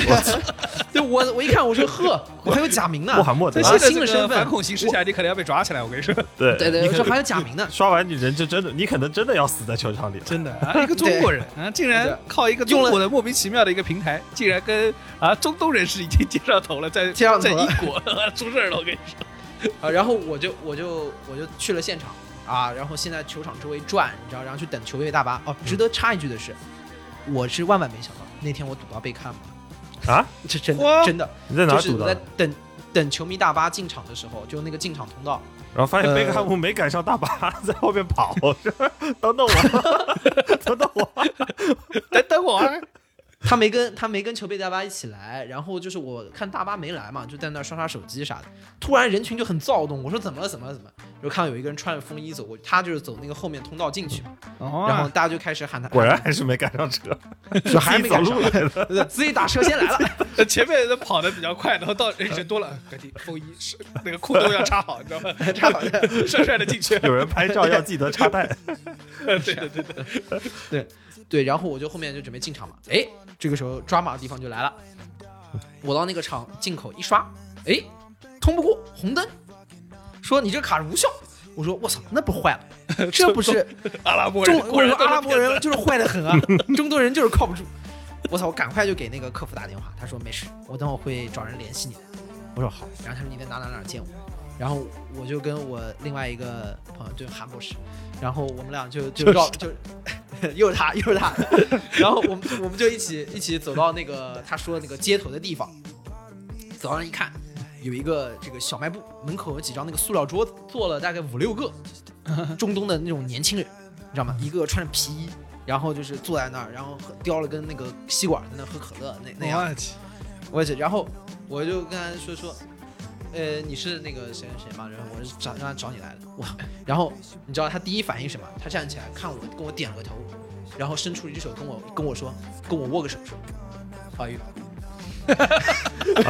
Speaker 2: 对我我一看我说呵，我还有假名
Speaker 3: [laughs]
Speaker 2: 呢
Speaker 3: 穆，罕默德
Speaker 1: 在 [laughs] 现
Speaker 2: 这，
Speaker 1: 在
Speaker 2: 新
Speaker 1: 这
Speaker 2: 的身
Speaker 1: 个
Speaker 2: 份
Speaker 1: 反恐形势下，你可能要被抓起来，我跟你说，
Speaker 3: 对
Speaker 2: 对
Speaker 3: [laughs]
Speaker 2: 对，
Speaker 3: 你
Speaker 2: 我
Speaker 3: 可
Speaker 2: 说还有假名呢。
Speaker 3: 刷完你人就真的，你可能真的要死在球场里
Speaker 1: [laughs]
Speaker 3: 了。
Speaker 1: 真的啊，一个中国人啊，竟然靠一个中国的莫名其妙的一个平台，竟然跟啊中东人士已经接上头了，在
Speaker 2: 接上头
Speaker 1: 在
Speaker 2: 了
Speaker 1: 英国啊 [laughs] 出事儿了，我跟你说，
Speaker 2: 啊，然后我就我就我就去了现场啊，然后现在球场周围转，你知道，然后去等球队大巴。哦，值
Speaker 3: 嗯
Speaker 2: 得插一句的是，我是万万没想到那天我赌到被看了，
Speaker 3: 啊？
Speaker 2: 这真
Speaker 1: 哇
Speaker 2: 的真的，
Speaker 3: 你在哪
Speaker 2: 就
Speaker 3: 儿
Speaker 2: 是
Speaker 3: 堵
Speaker 2: 我
Speaker 3: 的？
Speaker 2: 在等等球迷大巴进场的时候，就那个进场通
Speaker 3: [laughs]
Speaker 2: 道，
Speaker 3: 然后发现
Speaker 2: 呃
Speaker 3: 贝克汉姆没赶上大巴，在后面跑，等等我，等等我。
Speaker 1: 等等我啊，
Speaker 2: 他没跟他没跟球队大巴一起来，然后就是我看大巴没来嘛，就在那儿刷刷手机啥的。突然人群就很躁动，我说怎么了怎么了怎么了？就看到有一个人穿着风衣走过去，他就是走那个后面通道进去嘛，然后
Speaker 1: 哦，
Speaker 2: 大家就开始喊他，
Speaker 3: [laughs] 果然还是没赶上车，
Speaker 2: 说还没赶上
Speaker 3: 自己走路来的。
Speaker 2: 对自己打车先来 [laughs] 了。
Speaker 1: 前面人跑的比较快，然后到人多了，啊赶紧风衣是那个裤兜要插好，你知道吗？
Speaker 2: [laughs] 插好
Speaker 1: [laughs]
Speaker 2: 的
Speaker 1: 帅帅的进
Speaker 2: [laughs]
Speaker 1: 去，
Speaker 3: [laughs] 有人拍照要记得插带。
Speaker 1: 对对对对，
Speaker 2: 对对，然后我就后面就准备进场嘛，哎，这个时候抓马的地方就来了，我到那个场进口一刷，哎，通不过红灯，说你这卡是无效。我说我操，那不坏了，这不是
Speaker 1: 阿拉伯
Speaker 2: 中
Speaker 1: 人，
Speaker 2: 我
Speaker 1: 果
Speaker 2: 说
Speaker 1: 然
Speaker 2: 阿拉伯人就是坏的很 [laughs] 啊，中东人就是靠不住。我操，我赶快就给那个客服打电话，他说没事，我等会儿会找人联系你的。我说好，然后他说你在哪哪哪见我，然后我就跟我另外一个朋友就是韩博士，然后我们俩就就绕就 [laughs] 又是他又是他， [laughs] 然后我们我们就一起一起走到那个他说的那个街头的地方，走上一看。有一个这个小卖部门口有几张那个塑料桌子，坐了大概五六个中东的那种年轻人，你知道吗？一个穿着皮衣，然后就是坐在那儿，然后喝叼了根那个吸管在那喝可乐那那样。
Speaker 1: 我去，
Speaker 2: 我去，然后我就跟他说说，呃，你是那个谁谁谁吗？然后我是找让他找你来的，我， [laughs] 然后你知道他第一反应是什么？他站起来看我，跟我点了个头，然后伸出一只手跟我跟我说，跟我握个手说，好运。
Speaker 1: 然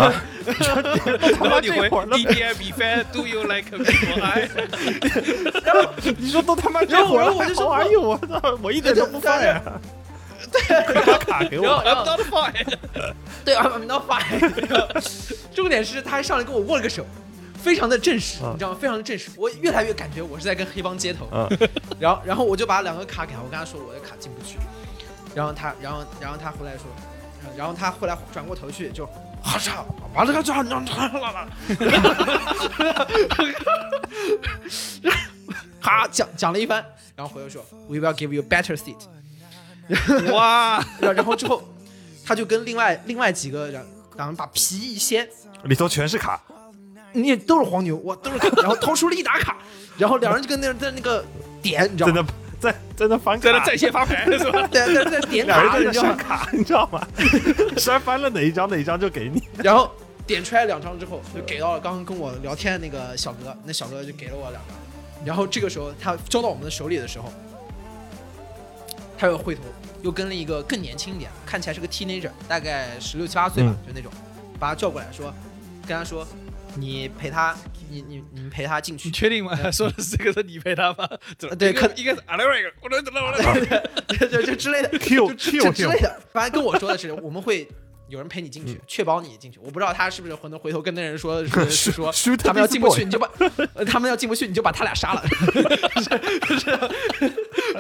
Speaker 1: 后你回
Speaker 3: 这会儿呢
Speaker 1: D D I B fan do you like me
Speaker 2: [laughs]
Speaker 1: 哎 for I？
Speaker 3: 你说都他妈
Speaker 2: 然后我说我就说
Speaker 3: 哎呦我操，我一点都不犯呀。对，把卡给
Speaker 2: 然
Speaker 3: 我
Speaker 2: 后。
Speaker 1: I'm not
Speaker 2: [laughs]
Speaker 1: fine。
Speaker 2: 对，I'm not fine。重 [laughs] 点是他还上来跟我握了个手，非常的正式，
Speaker 3: 嗯
Speaker 2: 你知道吗？非常的正式。我越来越感觉我是在跟黑帮接头。
Speaker 3: 嗯
Speaker 2: 然后，然后我就把两个卡给他，我跟他说我的卡进不去。然后他，然后，然后他回来说，然后他后来转过头去就，哈嚓，完了个这啦啦啦，哈讲讲了一番，然后回头说，We will give you better seat。
Speaker 1: 哇，
Speaker 2: 然然后之后，他就跟另外另外几个人，然后把皮一掀，
Speaker 3: 里头全是卡，
Speaker 2: 你也都是黄牛，我都是卡，然后掏出了一打卡，然后两人就跟那儿在那个点，你知道
Speaker 3: 在
Speaker 2: 吗？
Speaker 3: 那在在那翻卡，
Speaker 2: 啊
Speaker 1: 在那在线发牌是
Speaker 2: [laughs]
Speaker 1: 吧？
Speaker 2: 在在在点
Speaker 3: 俩
Speaker 2: 卡，你
Speaker 3: 人在那
Speaker 2: 知道
Speaker 3: 删
Speaker 2: 吗？
Speaker 3: 卡，你知道吗？ [laughs] 删翻了哪一张哪一张就给你。
Speaker 1: [laughs]
Speaker 2: 然后点出来两张之后，就给到了刚刚跟我聊天的那个小哥，那小哥就给了我两张。然后这个时候他交到我们的手里的时候，他又回头又跟了一个更年轻一点，看起来是个 teenager，大概十六七八岁吧，
Speaker 1: 嗯
Speaker 2: 就那种，把他叫过来说，跟他说，你陪他，你你你们陪他进去
Speaker 1: 你，确定吗？ [laughs] 说的是这个是你陪他吗？怎么
Speaker 2: 对
Speaker 1: 应该
Speaker 2: 可
Speaker 1: 应该是阿拉瑞克，我来我来我来。
Speaker 2: 就就就之类的
Speaker 3: Q
Speaker 2: 就就
Speaker 3: Q
Speaker 2: 之
Speaker 3: Q，
Speaker 2: 类的。反正跟我说的是，我们会有人陪你
Speaker 1: 嗯
Speaker 2: 进去，确保你进去。我不知道他是不是回头回头跟那
Speaker 1: [laughs]
Speaker 2: 人说是是说
Speaker 3: 是
Speaker 2: 他们要进不去，你就把呃他们要进不去，你就把他俩杀了。 [laughs] 是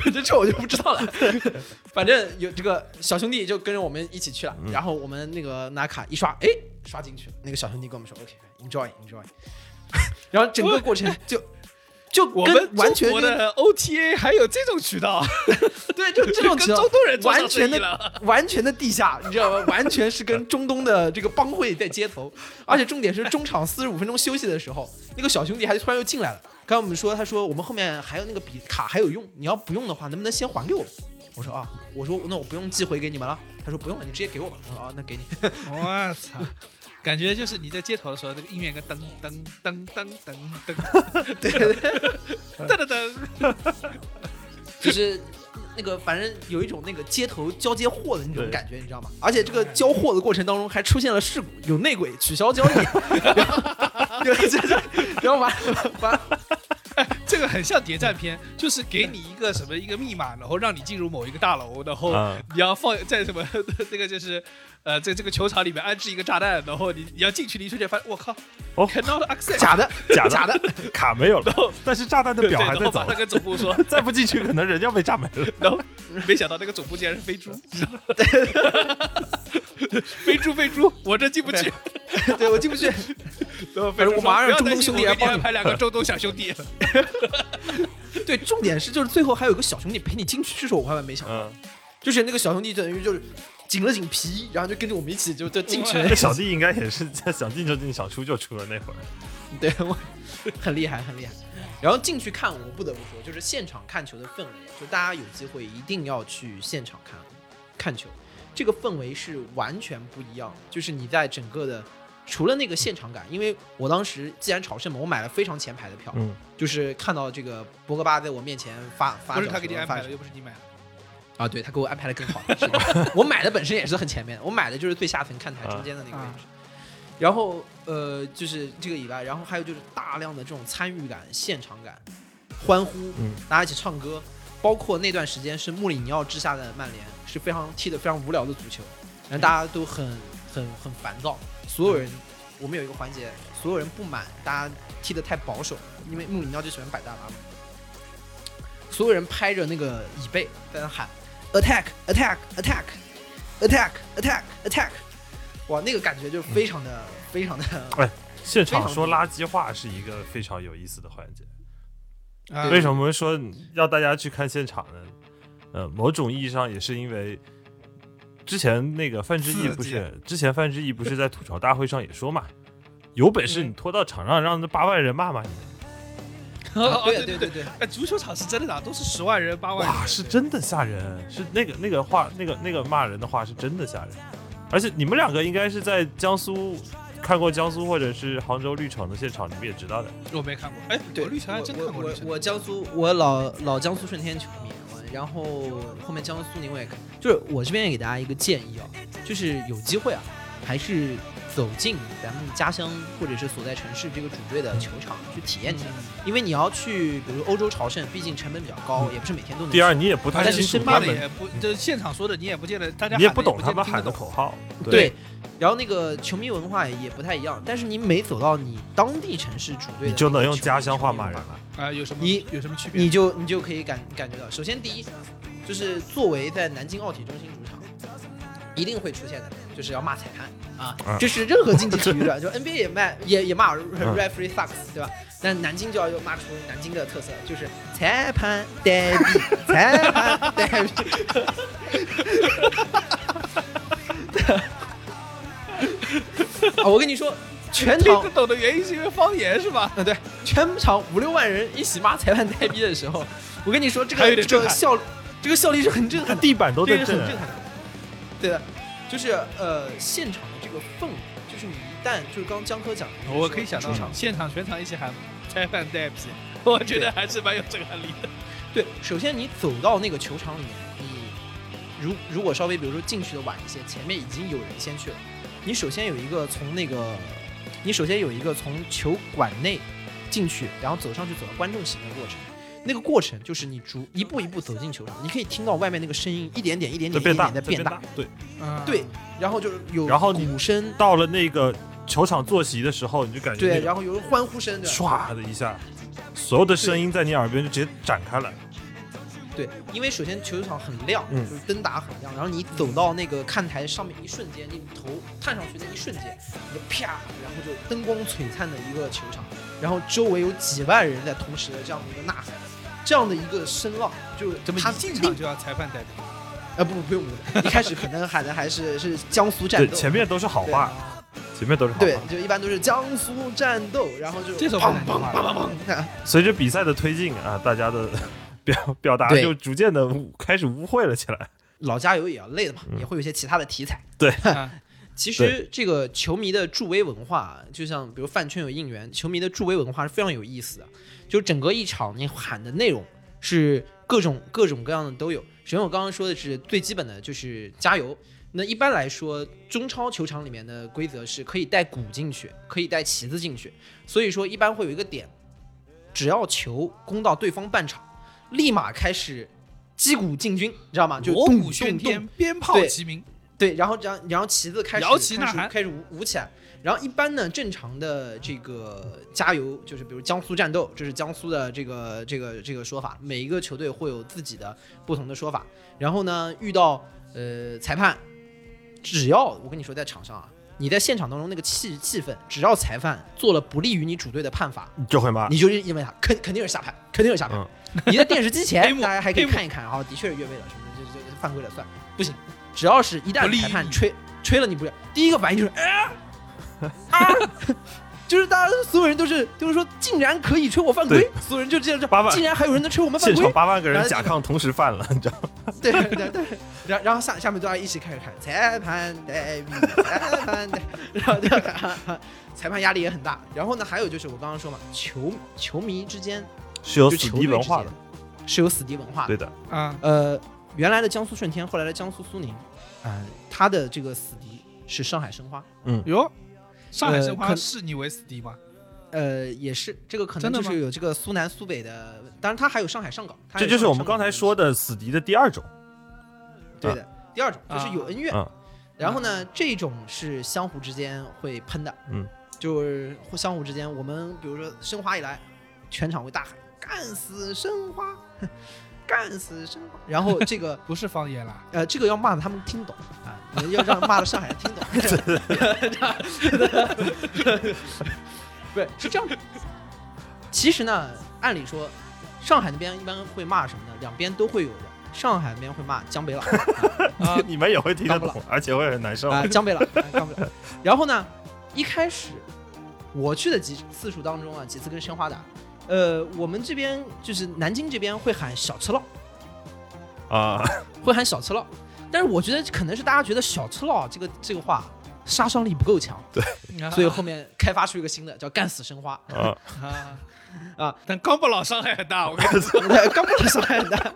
Speaker 2: 是这这我就不知道了。 [laughs] 反正有这个小兄弟就跟着我们一起去了，
Speaker 1: 嗯
Speaker 2: 然后我们那个拿卡一刷，哎，刷进去了。那个小兄弟跟我们说，OK，enjoy enjoy。然后整个过程就就
Speaker 1: 我
Speaker 2: 跟
Speaker 1: 们
Speaker 2: 完全
Speaker 1: 中国
Speaker 2: 跟
Speaker 1: 的 OTA 还有这种渠道， [laughs]
Speaker 2: 对，就这种
Speaker 1: 跟
Speaker 2: 情况
Speaker 1: 中东人做
Speaker 2: 完
Speaker 1: 上
Speaker 2: 全
Speaker 1: 生意
Speaker 2: 的
Speaker 1: 了
Speaker 2: [laughs] 完全的地下，你知道吗？完全是跟中东的这个帮会在接头，而且重点是中场四十五分钟休息的时候，那个小兄弟还突然又进来了。刚刚我们说，他说我们后面还有那个笔卡还有用，你要不用的话，能不能先还给我们？我说啊，我说那我不用寄回给你们了。他说不用了，你直接给我吧。我说啊，那给你。
Speaker 1: 我操！感觉就是你在街头的时候，那个音乐跟噔噔噔噔噔噔
Speaker 2: 对对对，
Speaker 1: 噔噔噔，
Speaker 2: 就是那个反正有一种那个街头交接货的那种
Speaker 3: 对
Speaker 2: 感觉，你知道吗？而且这个交货的过程当中还出现了事故，有内鬼 [laughs] 取消交易，然后然后完完
Speaker 1: 这个很像谍战片，就是给你一个什么一个密码，然后让你进入某一个大楼，然后
Speaker 3: 嗯
Speaker 1: 你要放在什么 [laughs] 这个就是呃在这个球场里面安置一个炸弹，然后你你要进去的一瞬间发现我靠
Speaker 3: 哦
Speaker 1: ，cannot access，
Speaker 2: 假的，
Speaker 3: 假的
Speaker 2: 假的，
Speaker 3: 卡没有了，但是炸弹的
Speaker 1: 对，
Speaker 3: 表还
Speaker 1: 然
Speaker 3: 在
Speaker 1: 后
Speaker 3: 走
Speaker 1: 马，上跟总部说，
Speaker 3: [laughs] 再不进去可能人要被炸没了。
Speaker 1: 然后没想到那个总部竟然是飞
Speaker 2: [laughs]
Speaker 1: 猪，飞猪飞猪，我这进不去，
Speaker 2: [laughs] 对我进不去。
Speaker 1: [laughs] 然后飞猪
Speaker 2: 我
Speaker 1: 说
Speaker 2: 马上让
Speaker 1: 不要担
Speaker 2: 中东
Speaker 1: 心
Speaker 2: 兄弟
Speaker 1: 我
Speaker 2: 来
Speaker 1: 给你
Speaker 2: 帮你
Speaker 1: 安排两个中东小兄弟，
Speaker 2: 对，重点是就是最后还有一个小兄弟陪你进去，这是我万万没想到，
Speaker 3: 嗯，
Speaker 2: 就是那个小兄弟等于就是紧了紧皮，然后就跟着我们一起就就进去了
Speaker 3: 这。哎小弟应该也是想进就进，想出就出的那会儿。
Speaker 2: [laughs] 对我很厉害，很厉害。然后进去看，我不得不说，就是现场看球的氛围，就大家有机会一定要去现场看看球，这个氛围是完全不一样的。就是你在整个的，除了那个现场感，因为我当时既然朝圣嘛，我买了非常前排的票，
Speaker 3: 嗯，
Speaker 2: 就是看到这个博格巴在我面前发发
Speaker 1: 不
Speaker 2: 表
Speaker 1: 是
Speaker 2: 什么，
Speaker 1: 他给你安排
Speaker 2: 发
Speaker 1: 的，又不是你买的，
Speaker 2: 啊，对他给我安排的更好。是的 [laughs] 我买的本身也是很前面的，我买的就是最下层看台中间的那个位置。然后呃，就是这个以外，然后还有就是大量的这种参与感、现场感、欢呼，
Speaker 3: 嗯
Speaker 2: 大家一起唱歌，包括那段时间是穆里尼奥之下的曼联是非常踢的非常无聊的足球，然后大家都很很很烦躁，所有人，我们有一个环节，所有人不满大家踢得太保守，因为穆里尼奥就喜欢摆大巴嘛，所有人拍着那个椅背在那喊 attack attack attack attack attack attack，哇，那个感觉就非常的、非 [laughs] 常的，
Speaker 3: 现场说垃圾话是一个非常有意思的环节。
Speaker 1: 啊
Speaker 3: 为什么说要大家去看现场呢？呃，某种意义上也是因为之前那个范志毅不是，之前范志毅不是在吐槽大会上也说嘛，有本事你拖到场上让那八万人骂骂你，
Speaker 1: 啊
Speaker 3: 哦
Speaker 2: 对
Speaker 1: 对
Speaker 2: 对
Speaker 1: 对，
Speaker 2: 对，
Speaker 1: 哎，足球场是真的打，都是十万人、八万人，
Speaker 3: 哇，是真的吓人，是那个那个话，那个那个骂人的话是真的吓人，而且你们两个应该是在江苏。看过江苏或者是杭州绿城的现场，你们也知道的。
Speaker 2: 嗯
Speaker 1: 我没看过，哎，
Speaker 2: 对，
Speaker 1: 我绿城还真
Speaker 2: 我
Speaker 1: 看过
Speaker 2: 我
Speaker 1: 绿城，
Speaker 2: 我江苏，我老老江苏舜天球迷，我然后后面江苏苏宁我也看。就是我这边也给大家一个建议啊，就是有机会啊，还是走进咱们家乡或者是所在城市这个主队的球场去体验体验，因为你要去，比如欧洲朝圣，毕竟成本比较高，也不是每天都能去。
Speaker 3: 第二，你也不太
Speaker 1: 而且
Speaker 3: 清楚
Speaker 1: 申
Speaker 3: 他
Speaker 1: 办的
Speaker 3: 们，
Speaker 1: 也不，就是现场说的你也不见得，大家
Speaker 3: 你也
Speaker 1: 喊
Speaker 3: 不
Speaker 1: 的
Speaker 3: 懂他
Speaker 1: 见
Speaker 3: 们
Speaker 1: 得
Speaker 3: 喊
Speaker 1: 听得
Speaker 3: 的
Speaker 1: 懂
Speaker 3: 口号。
Speaker 2: 对，然后那个球迷文化也不太一样，但是你每走到你当地城市主队的那个球迷，
Speaker 3: 你就能用家乡话骂人
Speaker 2: 球迷文化
Speaker 3: 了。
Speaker 1: 啊，有什么
Speaker 2: 你
Speaker 1: 有什么区别？
Speaker 2: 你就你就可以感感觉到，首先第一，就是作为在南京奥体中心主场，一定会出现的，就是要骂裁判啊，
Speaker 3: 嗯
Speaker 2: 这是任何竞技体育
Speaker 1: [laughs]
Speaker 2: 的，就 NBA 也骂也也骂
Speaker 1: 啊
Speaker 2: referee sucks，、对吧？但南京就要骂出南京的特色，就是裁判呆逼，裁判
Speaker 1: [laughs]
Speaker 2: 呆逼。 [laughs] 啊，我跟你说，全
Speaker 1: 听
Speaker 2: 场
Speaker 1: 得懂的原因是因为方言是吧？
Speaker 2: 嗯，对，全场五六万人一起骂裁判呆逼的时候，我跟你说，这
Speaker 1: 还有
Speaker 2: 个
Speaker 1: 点
Speaker 2: 这
Speaker 1: 震
Speaker 2: 个
Speaker 1: 撼
Speaker 2: 效这个效率是很震
Speaker 3: 他
Speaker 2: 撼的，
Speaker 3: 地板都
Speaker 2: 这
Speaker 3: 在
Speaker 2: 个是
Speaker 3: 震
Speaker 2: 很震撼的。对的，就是呃，现场的这个氛围，就是你一旦就是刚江科讲的，
Speaker 1: [laughs] 我可以想
Speaker 2: 出场
Speaker 1: 到，现场全场一起喊拆饭带皮，我觉得还是蛮有震撼力的。
Speaker 2: 对，首先你走到那个球场里面，你如如果稍微比如说进去的晚一些，前面已经有人先去了，你首先有一个从那个，你首先有一个从球馆内进去，然后走上去走到观众席的过程。那个过程就是你逐一步一步走进球场，你可以听到外面那个声音一点点、一点
Speaker 3: 就
Speaker 2: 点、一点
Speaker 3: 变大，
Speaker 2: 点在
Speaker 3: 就
Speaker 2: 变大
Speaker 3: 大。。对，
Speaker 2: 对，然后就是有
Speaker 3: 然后你
Speaker 2: 鼓声，
Speaker 3: 到了那个球场坐席的时候，你就感觉
Speaker 2: 对，
Speaker 3: 那个
Speaker 2: 然后有人欢呼声，对吧
Speaker 3: 唰的一下，所有的声音在你耳边就直接展开来。
Speaker 2: 对，因为首先球场很亮，
Speaker 3: 嗯
Speaker 2: 就是灯打很亮，然后你走到那个看台上面一瞬间，你头探上去那一瞬间，你就啪，然后就灯光璀璨的一个球场，然后周围有几万人在同时的这样的一个呐喊，这样的一个声浪，就是
Speaker 1: 怎么
Speaker 2: 他
Speaker 1: 一进场就要裁判带皮？
Speaker 2: 啊不不用不用，一开始可能喊的还是是江苏战
Speaker 3: 对，
Speaker 2: 斗，
Speaker 3: 前面都是好话，前面都是好
Speaker 2: 对
Speaker 3: 话。
Speaker 2: 就一般都是江苏战斗，然后就
Speaker 1: 这首不
Speaker 2: 砰
Speaker 1: 难听
Speaker 2: 砰
Speaker 1: 吧
Speaker 2: 砰砰砰， [laughs]
Speaker 3: 随着比赛的推进啊，大家的 [laughs] 表表达
Speaker 2: 对
Speaker 3: 就逐渐的开始污秽了起来。
Speaker 2: 老加油也要累的嘛，
Speaker 1: 嗯
Speaker 2: 也会有一些其他的题材。
Speaker 1: 啊
Speaker 2: 其实这个球迷的助威文化，就像比如饭圈有应援，球迷的助威文化是非常有意思的。就整个一场你喊的内容是各种各种各样的都有。首先我刚刚说的是最基本的就是加油。那一般来说，中超球场里面的规则是可以带鼓进去，可以带旗子进去，所以说一般会有一个点，只要球攻到对方半场，立马开始击鼓进军，你知道吗？就
Speaker 1: 锣
Speaker 2: 动
Speaker 1: 鼓喧
Speaker 2: 动动
Speaker 1: 天，鞭炮
Speaker 2: 对
Speaker 1: 齐鸣，
Speaker 2: 对，然后然后然后旗子开始
Speaker 1: 摇旗呐
Speaker 2: 开始
Speaker 1: 喊
Speaker 2: 开始舞舞起来。然后一般呢，正常的这个加油就是，比如江苏战斗，这是江苏的这个这个这个说法，每一个球队会有自己的不同的说法。然后呢，遇到呃裁判，只要我跟你说，在场上啊，你在现场当中那个气气氛，只要裁判做了不利于你主队的判罚，
Speaker 3: 你就会骂。
Speaker 2: 你就因为他肯肯定是下盘，肯定是下盘。
Speaker 3: 啊嗯
Speaker 2: 你在电视机
Speaker 1: 黑
Speaker 2: 前，
Speaker 1: 幕
Speaker 2: 大家还可以
Speaker 1: 黑幕
Speaker 2: 看一看，啊，的确是越位了，什么这这这犯规了算，不行，只要是一旦
Speaker 1: 不利于
Speaker 2: 裁判
Speaker 1: 你
Speaker 2: 吹吹了你不是，第一个反应就是哎。啊 [laughs] 就是大家所有人都是，就是说，竟然可以吹我犯规
Speaker 3: 对，
Speaker 2: 所有人就这样说
Speaker 3: 八万，
Speaker 2: 竟然还有人能吹我们犯
Speaker 3: [laughs] 现
Speaker 2: 规
Speaker 3: 场，八万个
Speaker 2: 然
Speaker 3: 人
Speaker 2: 后
Speaker 3: 甲亢同时犯了，你知道吗？
Speaker 2: 对对对，然然后下下面大家一起开始看裁判代笔，裁判代，然后就裁判压力也很大。然后呢，还有就是我刚刚说嘛，球球迷之间
Speaker 3: [laughs] 是有
Speaker 2: 就
Speaker 3: 死
Speaker 2: 球
Speaker 3: 敌
Speaker 2: 队
Speaker 3: 文
Speaker 2: 之
Speaker 3: 化
Speaker 2: 间
Speaker 3: 的，
Speaker 2: 是有死敌文化的。
Speaker 3: 对的，
Speaker 1: 啊，
Speaker 2: 呃，原来的江苏舜天，后来的江苏苏宁，啊，他的这个死敌是上海申花。
Speaker 1: 哟，上海申
Speaker 2: 呃
Speaker 1: 花
Speaker 2: 可
Speaker 1: 视你为死敌吗？
Speaker 2: 呃，也是这个可
Speaker 1: 真
Speaker 2: 能
Speaker 1: 的
Speaker 2: 就
Speaker 1: 吗
Speaker 2: 是有这个苏南苏北的，当然他还有上海上港，它还
Speaker 3: 这
Speaker 2: 有
Speaker 3: 就是
Speaker 2: 上海
Speaker 3: 我们
Speaker 2: 上港
Speaker 3: 刚才
Speaker 2: 的
Speaker 3: 说的死敌的第二种。
Speaker 2: 对的，第二种就是有恩怨
Speaker 3: 啊。
Speaker 2: 然后呢，这种是相互之间会喷的，
Speaker 3: 嗯，
Speaker 2: 就是互相互之间，我们比如说申花一来，全场会大喊“干死申花， [laughs] 干死申花”，然后这个
Speaker 1: 不是方言啦，
Speaker 2: 呃，这个要骂的他们听懂啊，要让骂的上海人听懂， [laughs] 不是是这样的。其实呢，按理说，上海那边一般会骂什么呢？两边都会有的。上海那边会骂江北佬，
Speaker 1: 啊
Speaker 3: [laughs] 你们也会听得
Speaker 2: 当
Speaker 3: 懂，而且会很难受。
Speaker 2: 啊，江北佬，啊江北佬。然后呢，一开始我去的几次数当中啊，几次跟申花打，呃，我们这边就是南京这边会喊小吃佬，
Speaker 3: 啊，
Speaker 2: 会喊小吃佬，但是我觉得可能是大家觉得小吃佬这个这个话杀伤力不够强，所以后面开发出一个新的叫干死申花，
Speaker 3: 啊，
Speaker 1: 啊
Speaker 2: 啊，
Speaker 1: 但刚不老伤害很大，我跟你
Speaker 2: [laughs]
Speaker 1: 说，
Speaker 2: 刚不能伤害人的，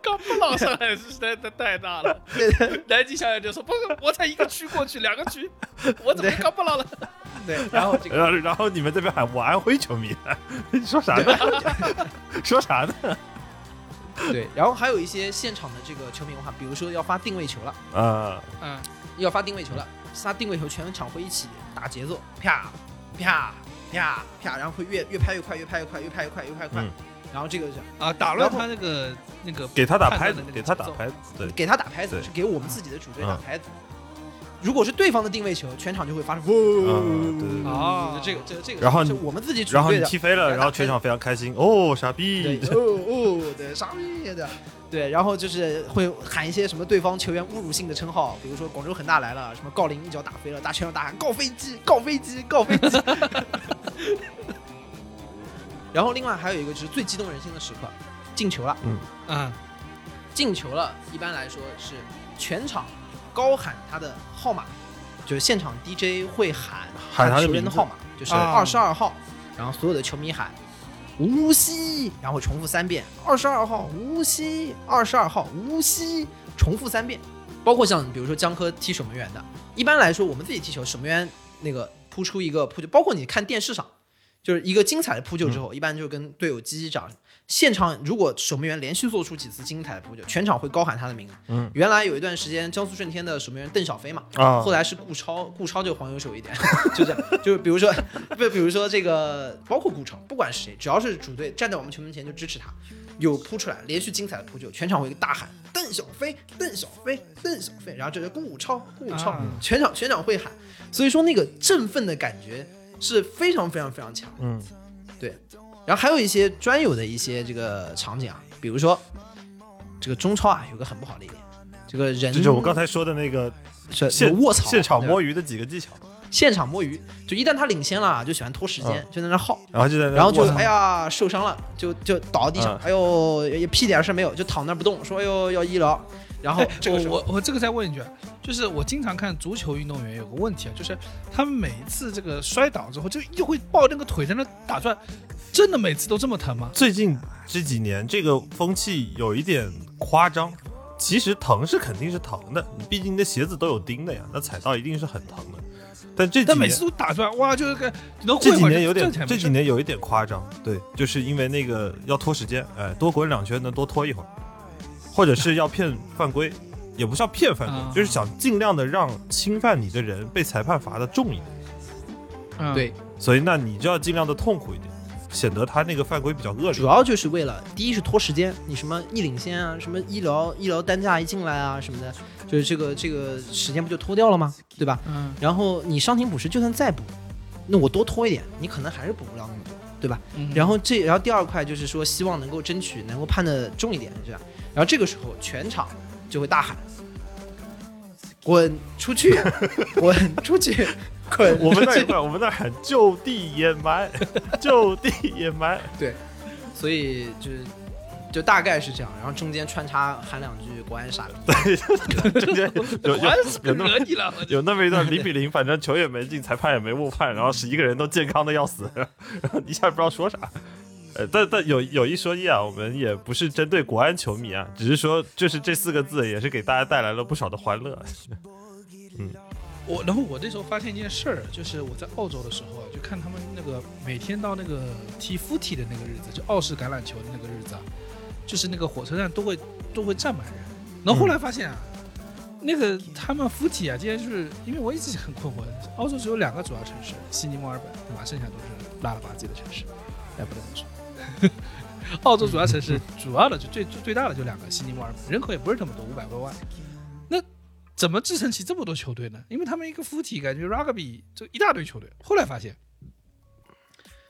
Speaker 1: 刚不老伤害是实在太太大
Speaker 2: [laughs]
Speaker 1: 了。
Speaker 2: 对对
Speaker 1: 南京小姐就说：“不，我才一个区过去，两个
Speaker 2: [laughs]
Speaker 1: 区，我怎么刚不老了
Speaker 2: 对，然后这个
Speaker 3: 然后呃然后你们这边喊我安徽球迷， [laughs] 你说啥呢？ [laughs] 说啥呢？
Speaker 2: 对，然后还有一些现场的这个球迷文化，比如说要发定位球了。
Speaker 3: 啊，？”
Speaker 1: 嗯，
Speaker 2: 要发定位球了，发定位球，全场会一起打节奏，啪啪啪啪，然后会越越拍越快，越拍越快，越拍越快，越拍越快，
Speaker 3: 嗯
Speaker 2: 然后这个是
Speaker 1: 啊，打乱他那个那个
Speaker 3: 给他打
Speaker 1: 判
Speaker 3: 拍
Speaker 1: 断的
Speaker 3: 子
Speaker 1: 那，个
Speaker 3: 给他打
Speaker 1: 节奏
Speaker 3: 拍子，对，
Speaker 2: 给他打拍子，
Speaker 3: 对
Speaker 2: 是给我们自己的主队打
Speaker 3: 嗯
Speaker 2: 拍子。如果是对方的定位球，全场就会发出
Speaker 3: 嗯对对
Speaker 2: 呜
Speaker 3: 对
Speaker 1: 哦
Speaker 2: 这个这个这个，
Speaker 3: 然后
Speaker 2: 是
Speaker 3: 你
Speaker 2: 我们自己主
Speaker 3: 然后
Speaker 2: 队
Speaker 3: 你
Speaker 2: 的
Speaker 3: 踢飞
Speaker 2: 给
Speaker 3: 了，
Speaker 2: 他打
Speaker 3: 然后全场非常开心，哦，傻逼
Speaker 2: 对，哦哦，对，傻逼的，对，然后就是会喊一些什么对方球员侮辱性的称号，比如说广州恒大来了，什么郜林一脚打飞了，大全场大喊告飞机，告飞机，告飞机。 [laughs] 然后另外还有一个就是最激动人心的时刻，进球了，
Speaker 1: 啊，
Speaker 2: 进球了，一般来说是全场高喊他的号码，就是现场 DJ 会喊
Speaker 3: 喊他的
Speaker 2: 球员
Speaker 3: 名
Speaker 2: 的
Speaker 3: 字
Speaker 2: 号码，就是
Speaker 1: 啊
Speaker 2: 二十二号，然后所有的球迷喊无锡，然后重复三遍二十二号无锡，二十二号无锡，重复三遍。包括像比如说江科踢守门员的，一般来说我们自己踢球，守门员那个扑出一个扑救，包括你看电视上，就是一个精彩的扑
Speaker 3: 嗯
Speaker 2: 救之后，一般就跟队友击击掌。现场如果守门员连续做出几次精彩的扑救，全场会高喊他的名字。
Speaker 3: 嗯，
Speaker 2: 原来有一段时间江苏舜天的守门员邓小飞嘛，
Speaker 3: 啊
Speaker 2: 后，来是顾超，顾超就黄油手一点， [laughs] 就这样，就是比如说，不，比如说这个，包括顾超，不管是谁，只要是主队站在我们球门前就支持他，有扑出来，连续精彩的扑救，全场会大喊邓小飞，邓小飞，邓小飞，然后就是顾超，顾超，
Speaker 1: 啊
Speaker 2: 全场全场会喊，所以说那个振奋的感觉是非常非常非常强的。
Speaker 3: 嗯，
Speaker 2: 对，然后还有一些专有的一些这个场景啊，比如说这个中超啊，有个很不好的一点，这个人呃
Speaker 3: 这就是我刚才说的那个
Speaker 2: 是
Speaker 3: 现
Speaker 2: 有卧槽，
Speaker 3: 现场
Speaker 2: 对吧
Speaker 3: 摸鱼的几个技巧，
Speaker 2: 啊现场摸鱼，就一旦他领先了，就喜欢拖时
Speaker 3: 嗯
Speaker 2: 间，就在那耗，
Speaker 3: 然后就在那
Speaker 2: 然后就
Speaker 3: 卧槽
Speaker 2: 哎呀受伤了，就就倒地上
Speaker 3: 嗯，
Speaker 2: 哎呦也屁点事没有，就躺那儿不动，说哎呦要医疗，然
Speaker 3: 哎
Speaker 2: 后这个时
Speaker 1: 我
Speaker 2: 候
Speaker 1: 我我这个再问一句啊，就是我经常看足球运动员有个问题啊，就是他们每一次这个摔倒之后，就又会抱那个腿在那打转，真的每次都这么疼吗？
Speaker 3: 最近这几年这个风气有一点夸张。其实疼是肯定是疼的，你毕竟你的鞋子都有钉的呀，那踩到一定是很疼的。但这几
Speaker 1: 但每
Speaker 3: 年
Speaker 1: 次都打出来，哇，就是个能
Speaker 3: 这
Speaker 1: 混
Speaker 3: 几
Speaker 1: 会儿
Speaker 3: 年
Speaker 1: 就
Speaker 3: 有点
Speaker 1: 挣钱
Speaker 3: 这几
Speaker 1: 没事
Speaker 3: 年有一点夸张，对，就是因为那个要拖时间，哎，多滚两圈能多拖一会儿，或者是要骗犯规，也不是要骗犯规，
Speaker 1: 啊
Speaker 3: 就是想尽量的让侵犯你的人被裁判罚的重一点，
Speaker 1: 嗯
Speaker 2: 对，
Speaker 3: 所以那你就要尽量的痛苦一点，显得他那个犯规比较恶
Speaker 2: 主
Speaker 3: 劣。
Speaker 2: 要就是为了第一是拖时间，你什么一领先啊，什么医疗医疗单价一进来啊什么的，就是这个这个时间不就拖掉了吗？对吧？
Speaker 1: 嗯
Speaker 2: 然后你伤停补时就算再补，那我多拖一点，你可能还是补不了那么多。
Speaker 1: 嗯
Speaker 2: 然后这，然后第二块就是说，希望能够争取能够判的重一点，这样。然后这个时候全场就会大喊：“滚出
Speaker 3: [laughs]
Speaker 2: 去，滚出去，滚！”
Speaker 3: 我们那一块，我们那喊就地掩 [laughs] 埋，就地掩埋。
Speaker 2: 所以就就大概是这样，然后中间穿插喊两句“国安傻逼
Speaker 3: 中间 [laughs] 有有
Speaker 1: 我还是
Speaker 3: 有那么
Speaker 1: 惹你了，我
Speaker 3: 有那么一段零比零，反正球也没进，裁判也没误判，然后十一个人都健康的要死， [laughs] 然后一下也不知道说啥。呃，但但有有一说一啊，我们也不是针对国安球迷啊，只是说就是这四个字也是给大家带来了不少的欢乐。 [laughs]
Speaker 1: 我然后我那时候发现一件事儿，就是我在澳洲的时候啊，就看他们那个每天到那个踢 f o 的那个日子，就澳式橄榄球的那个日子啊，就是那个火车站都会都会站满人。然后后来发现啊，那个他们 f o 啊，竟然是因为我一直很困惑，澳洲只有两个主要城市，悉尼、墨尔本，对吧？剩下都是拉了吧唧的城市，哎，不能这么说。 [laughs] 澳洲主要城市主要的就最最最大的就两个，悉尼、墨尔本，人口也不是那么多，五百多万。怎么支撑起这么多球队呢？因为他们一个附体，感觉 rugby 就一大堆球队。后来发现，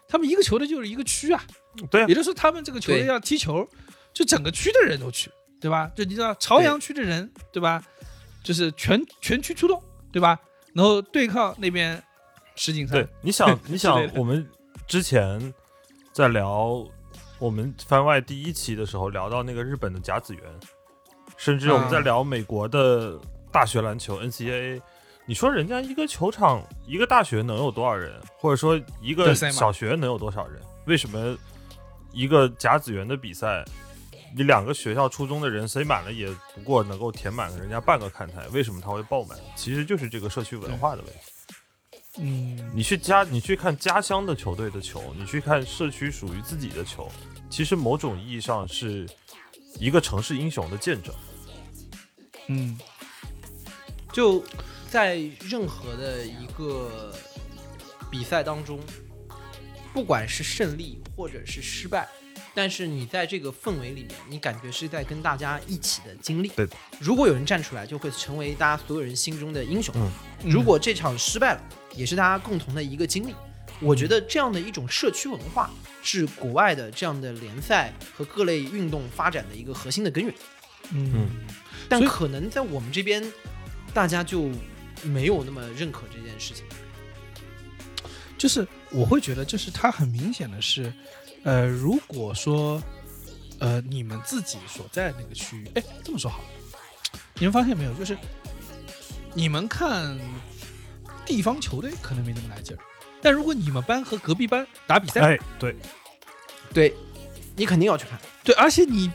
Speaker 1: 他们一个球队就是一个区啊，
Speaker 3: 对啊
Speaker 1: 也，就是说他们这个球队
Speaker 2: 对
Speaker 1: 要踢球，就整个区的人都去，对吧？就你知道朝阳区的人，对吧？就是全全区出动，对吧？然后对抗那边石景
Speaker 3: 对
Speaker 1: 山，，[laughs]
Speaker 3: 你想你
Speaker 1: 之
Speaker 3: 想
Speaker 1: 类，的
Speaker 3: 我们之前在聊我们番外第一期的时候，聊到那个日本的甲子园，甚至我们在
Speaker 1: 嗯
Speaker 3: 聊美国的大学篮球 NCAA。你说人家一个球场、一个大学能有多少人，或者说一个
Speaker 1: 对塞满
Speaker 3: 小学能有多少人？为什么一个甲子园的比赛，你两个学校初中的人塞满了，也不过能够填满人家半个看台？为什么它会爆满？其实就是这个社区文化的问题。
Speaker 1: 嗯，
Speaker 3: 你去家，你去看家乡的球队的球，你去看社区属于自己的球，其实某种意义上是一个城市英雄的见证。
Speaker 1: 嗯，”，
Speaker 2: 就在任何的一个比赛当中，不管是胜利或者是失败，但是你在这个氛围里面，你感觉是在跟大家一起的经历。
Speaker 3: 对的
Speaker 2: 如果有人站出来，就会成为大家所有人心中的英雄。
Speaker 3: 嗯
Speaker 2: 如果这场失败了，也是大家共同的一个经历。
Speaker 3: 嗯
Speaker 2: 我觉得这样的一种社区文化是国外的这样的联赛和各类运动发展的一个核心的根源，
Speaker 1: 嗯
Speaker 3: 嗯
Speaker 2: 但
Speaker 1: 所以
Speaker 2: 可能在我们这边，大家就没有那么认可这件事情。
Speaker 1: 就是我会觉得，就是它很明显的是，呃，如果说，呃，你们自己所在那个区域，哎，这么说好了，你们发现没有？就是你们看地方球队可能没那么来劲儿，但如果你们班和隔壁班打比赛，
Speaker 3: 哎，对，
Speaker 2: 对，你肯定要去看。
Speaker 1: 对，而且你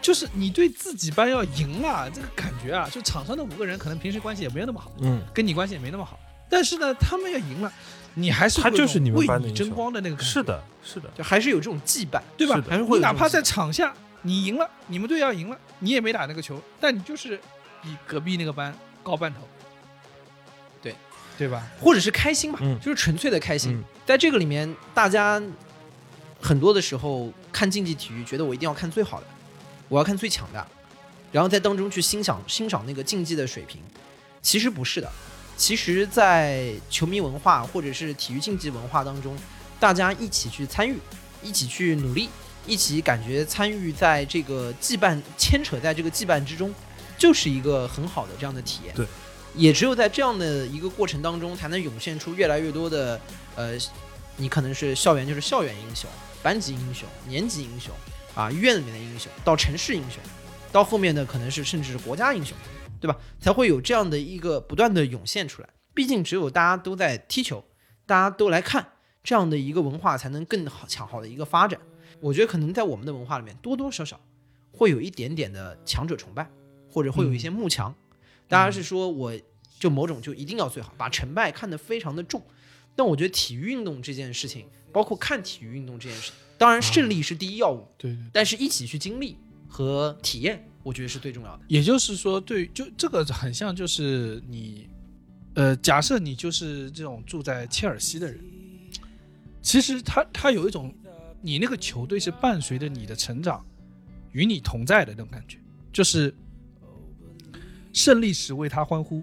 Speaker 1: 就是你对自己班要赢了，这个感觉啊，就场上的五个人可能平时关系也没有那么好，
Speaker 3: 嗯，
Speaker 1: 跟你关系也没那么好，但是呢，他们要赢了，你还是会
Speaker 3: 他
Speaker 1: 有
Speaker 3: 就是
Speaker 1: 种
Speaker 3: 你们
Speaker 1: 为
Speaker 3: 班的
Speaker 1: 你
Speaker 3: 英
Speaker 1: 争
Speaker 3: 雄
Speaker 1: 光的那个感觉。
Speaker 3: 是的，是的，
Speaker 2: 就还是有这种羁绊，
Speaker 1: 对吧
Speaker 3: 是？的
Speaker 2: 还是
Speaker 1: 你
Speaker 2: 会有
Speaker 1: 哪
Speaker 2: 这种
Speaker 1: 怕在
Speaker 2: 羁
Speaker 1: 场下你赢了，你们队要赢了，你也没打那个球，但你就是比隔壁那个班高半头，
Speaker 2: 对
Speaker 1: 对吧？
Speaker 2: 绊或者是开心吧，
Speaker 3: 嗯
Speaker 2: 就是纯粹的开心。
Speaker 3: 嗯
Speaker 2: 在这个里面，大家很多的时候看竞技体育，觉得我一定要看最好的，我要看最强的，然后在当中去欣赏欣赏那个竞技的水平。其实不是的，其实，在球迷文化或者是体育竞技文化当中，大家一起去参与，一起去努力，一起感觉参与在这个羁绊牵扯在这个羁绊之中，就是一个很好的这样的体验。
Speaker 3: 对。
Speaker 2: 也只有在这样的一个过程当中，才能涌现出越来越多的呃你可能是校园就是校园英雄、班级英雄、年级英雄啊，院里面的英雄，到城市英雄，到后面的可能是甚至是国家英雄，对吧？才会有这样的一个不断的涌现出来。毕竟只有大家都在踢球，大家都来看这样的一个文化，才能更好强好的一个发展。我觉得可能在我们的文化里面，多多少少会有一点点的强者崇拜，或者会有一些慕强。大家是说我就某种就一定要最好，把成败看得非常的重。但我觉得体育运动这件事情，包括看体育运动这件事情，当然胜利是第一要务，
Speaker 1: 对对。
Speaker 2: 但是一起去经历和体验，我觉得是最重要的。
Speaker 1: 也就是说，对，就这个很像，就是你，呃，假设你就是这种住在切尔西的人，其实他他有一种，你那个球队是伴随着你的成长，与你同在的那种感觉，就是胜利时为他欢呼，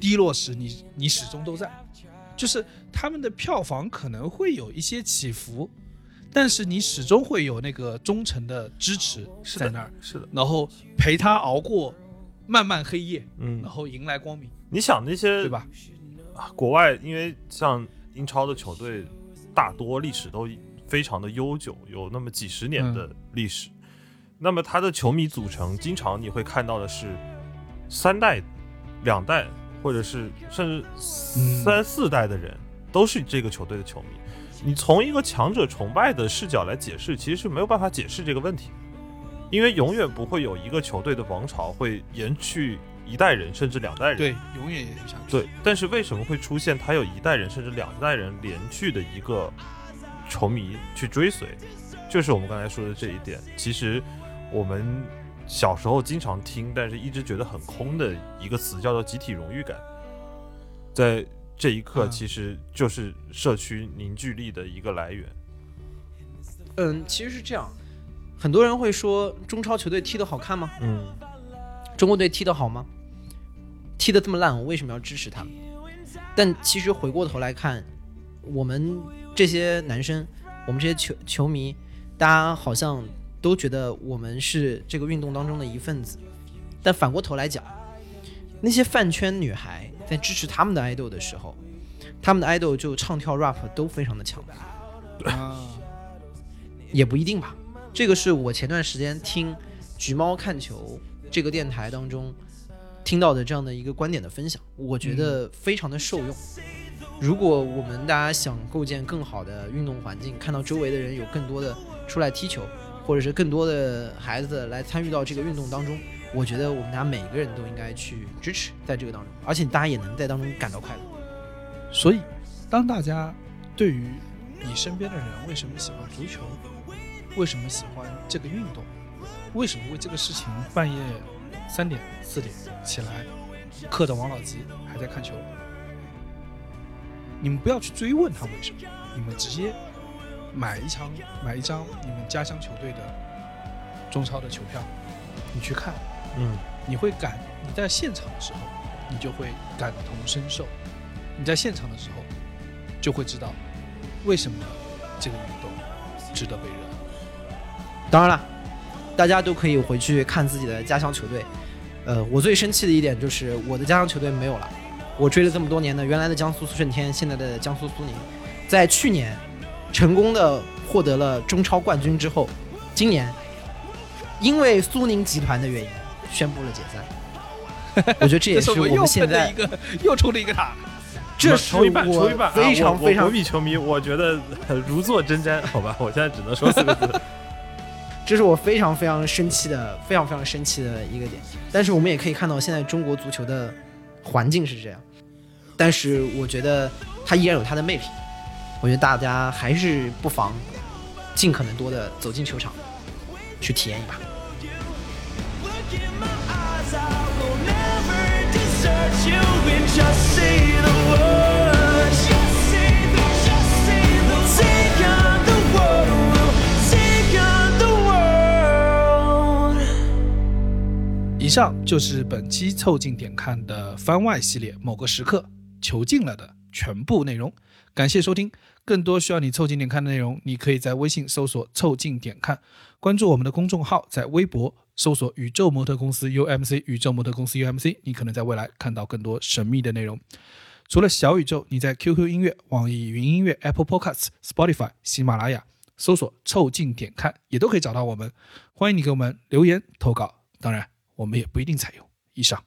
Speaker 1: 低落时你你始终都在，就是他们的票房可能会有一些起伏，但是你始终会有那个忠诚的支持
Speaker 3: 哦是
Speaker 1: 在那儿
Speaker 3: 的。，是的，
Speaker 1: 然后陪他熬过漫漫黑夜，
Speaker 3: 嗯
Speaker 1: 然，后迎来光明，
Speaker 3: 你想那些
Speaker 1: 对吧？
Speaker 3: 国外，因为像英超的球队，大多历史都非常的悠久，有那么几十年的历史。那么它的球迷组成，经常你会看到的是三代、两代，或者是甚至三四代的人、都是这个球队的球迷。你从一个强者崇拜的视角来解释，其实是没有办法解释这个问题，因为永远不会有一个球队的王朝会延续一代人甚至两代人。
Speaker 1: 对，永远也不想
Speaker 3: 对，但是为什么会出现他有一代人甚至两代人连续的一个球迷去追随？就是我们刚才说的这一点。其实我们小时候经常听，但是一直觉得很空的一个词叫做集体荣誉感，在这一刻
Speaker 1: 嗯
Speaker 3: 其实就是社区凝聚力的一个来源。
Speaker 2: 嗯，其实是这样，很多人会说中超球队踢得好看吗？
Speaker 3: 嗯，
Speaker 2: 中国队踢得好吗？踢得这么烂，我为什么要支持他们？但其实回过头来看，我们这些男生，我们这些球球迷，大家好像都觉得我们是这个运动当中的一份子。但反过头来讲，那些饭圈女孩在支持他们的 idol 的时候，他们的 idol 就唱跳 rap 都非常的强大。
Speaker 1: 啊，
Speaker 2: 也不一定吧。这个是我前段时间听《橘猫看球》这个电台当中听到的这样的一个观点的分享，我觉得非常的受用。如果我们大家想构建更好的运动环境，看到周围的人有更多的出来踢球，或者是更多的孩子来参与到这个运动当中，我觉得我们大家每个人都应该去支持在这个当中，而且大家也能在当中感到快乐。
Speaker 1: 所以当大家对于你身边的人为什么喜欢足球，为什么喜欢这个运动，为什么为这个事情半夜三点四点起来，嗑的王老吉还在看球，你们不要去追问他为什么，你们直接买一张买一张你们家乡球队的中超的球票，你去看。
Speaker 3: 嗯，
Speaker 1: 你会感你在现场的时候，你就会感同身受；你在现场的时候，就会知道为什么这个运动值得被热爱。
Speaker 2: 当然了，大家都可以回去看自己的家乡球队。呃，我最生气的一点就是我的家乡球队没有了。我追了这么多年的原来的江苏苏胜天，现在的江苏苏宁，在去年成功的获得了中超冠军之后，今年因为苏宁集团的原因宣布了解散。我觉得这也
Speaker 1: 是我
Speaker 2: 是我
Speaker 1: 又
Speaker 2: 们现
Speaker 1: 喷的
Speaker 2: 在
Speaker 1: 一，个又出了一个塔，
Speaker 2: [laughs] 这是
Speaker 3: 抽一半，抽
Speaker 2: 啊
Speaker 3: 一
Speaker 2: 我
Speaker 3: 半，
Speaker 2: 非常非常
Speaker 3: 国米球迷，我觉得 [laughs] 如坐针毡。好吧，我现在只能说四个字。
Speaker 2: 这是我非常非常生气的，非常非常生气的一个点。但是我们也可以看到，现在中国足球的环境是这样，但是我觉得它依然有它的魅力。我觉得大家还是不妨尽可能多的走进球场，去体验一把。
Speaker 5: Look in my eyes, I will never desert you. And just say the words, just say the, just say the, take on the world, take on the world.
Speaker 1: 以上就是本期凑近点看的番外系列《某个时刻囚禁了》的全部内容，感谢收听。更多需要你凑近点看的内容，你可以在微信搜索“凑近点看”，关注我们的公众号，在微博搜索“宇宙模特公司 UMC”，宇宙模特公司 UMC，你可能在未来看到更多神秘的内容。除了小宇宙，你在 QQ 音乐、网易云音乐、Apple Podcasts、Spotify、喜马拉雅搜索“凑近点看”，也都可以找到我们。欢迎你给我们留言投稿，当然我们也不一定采用。以上。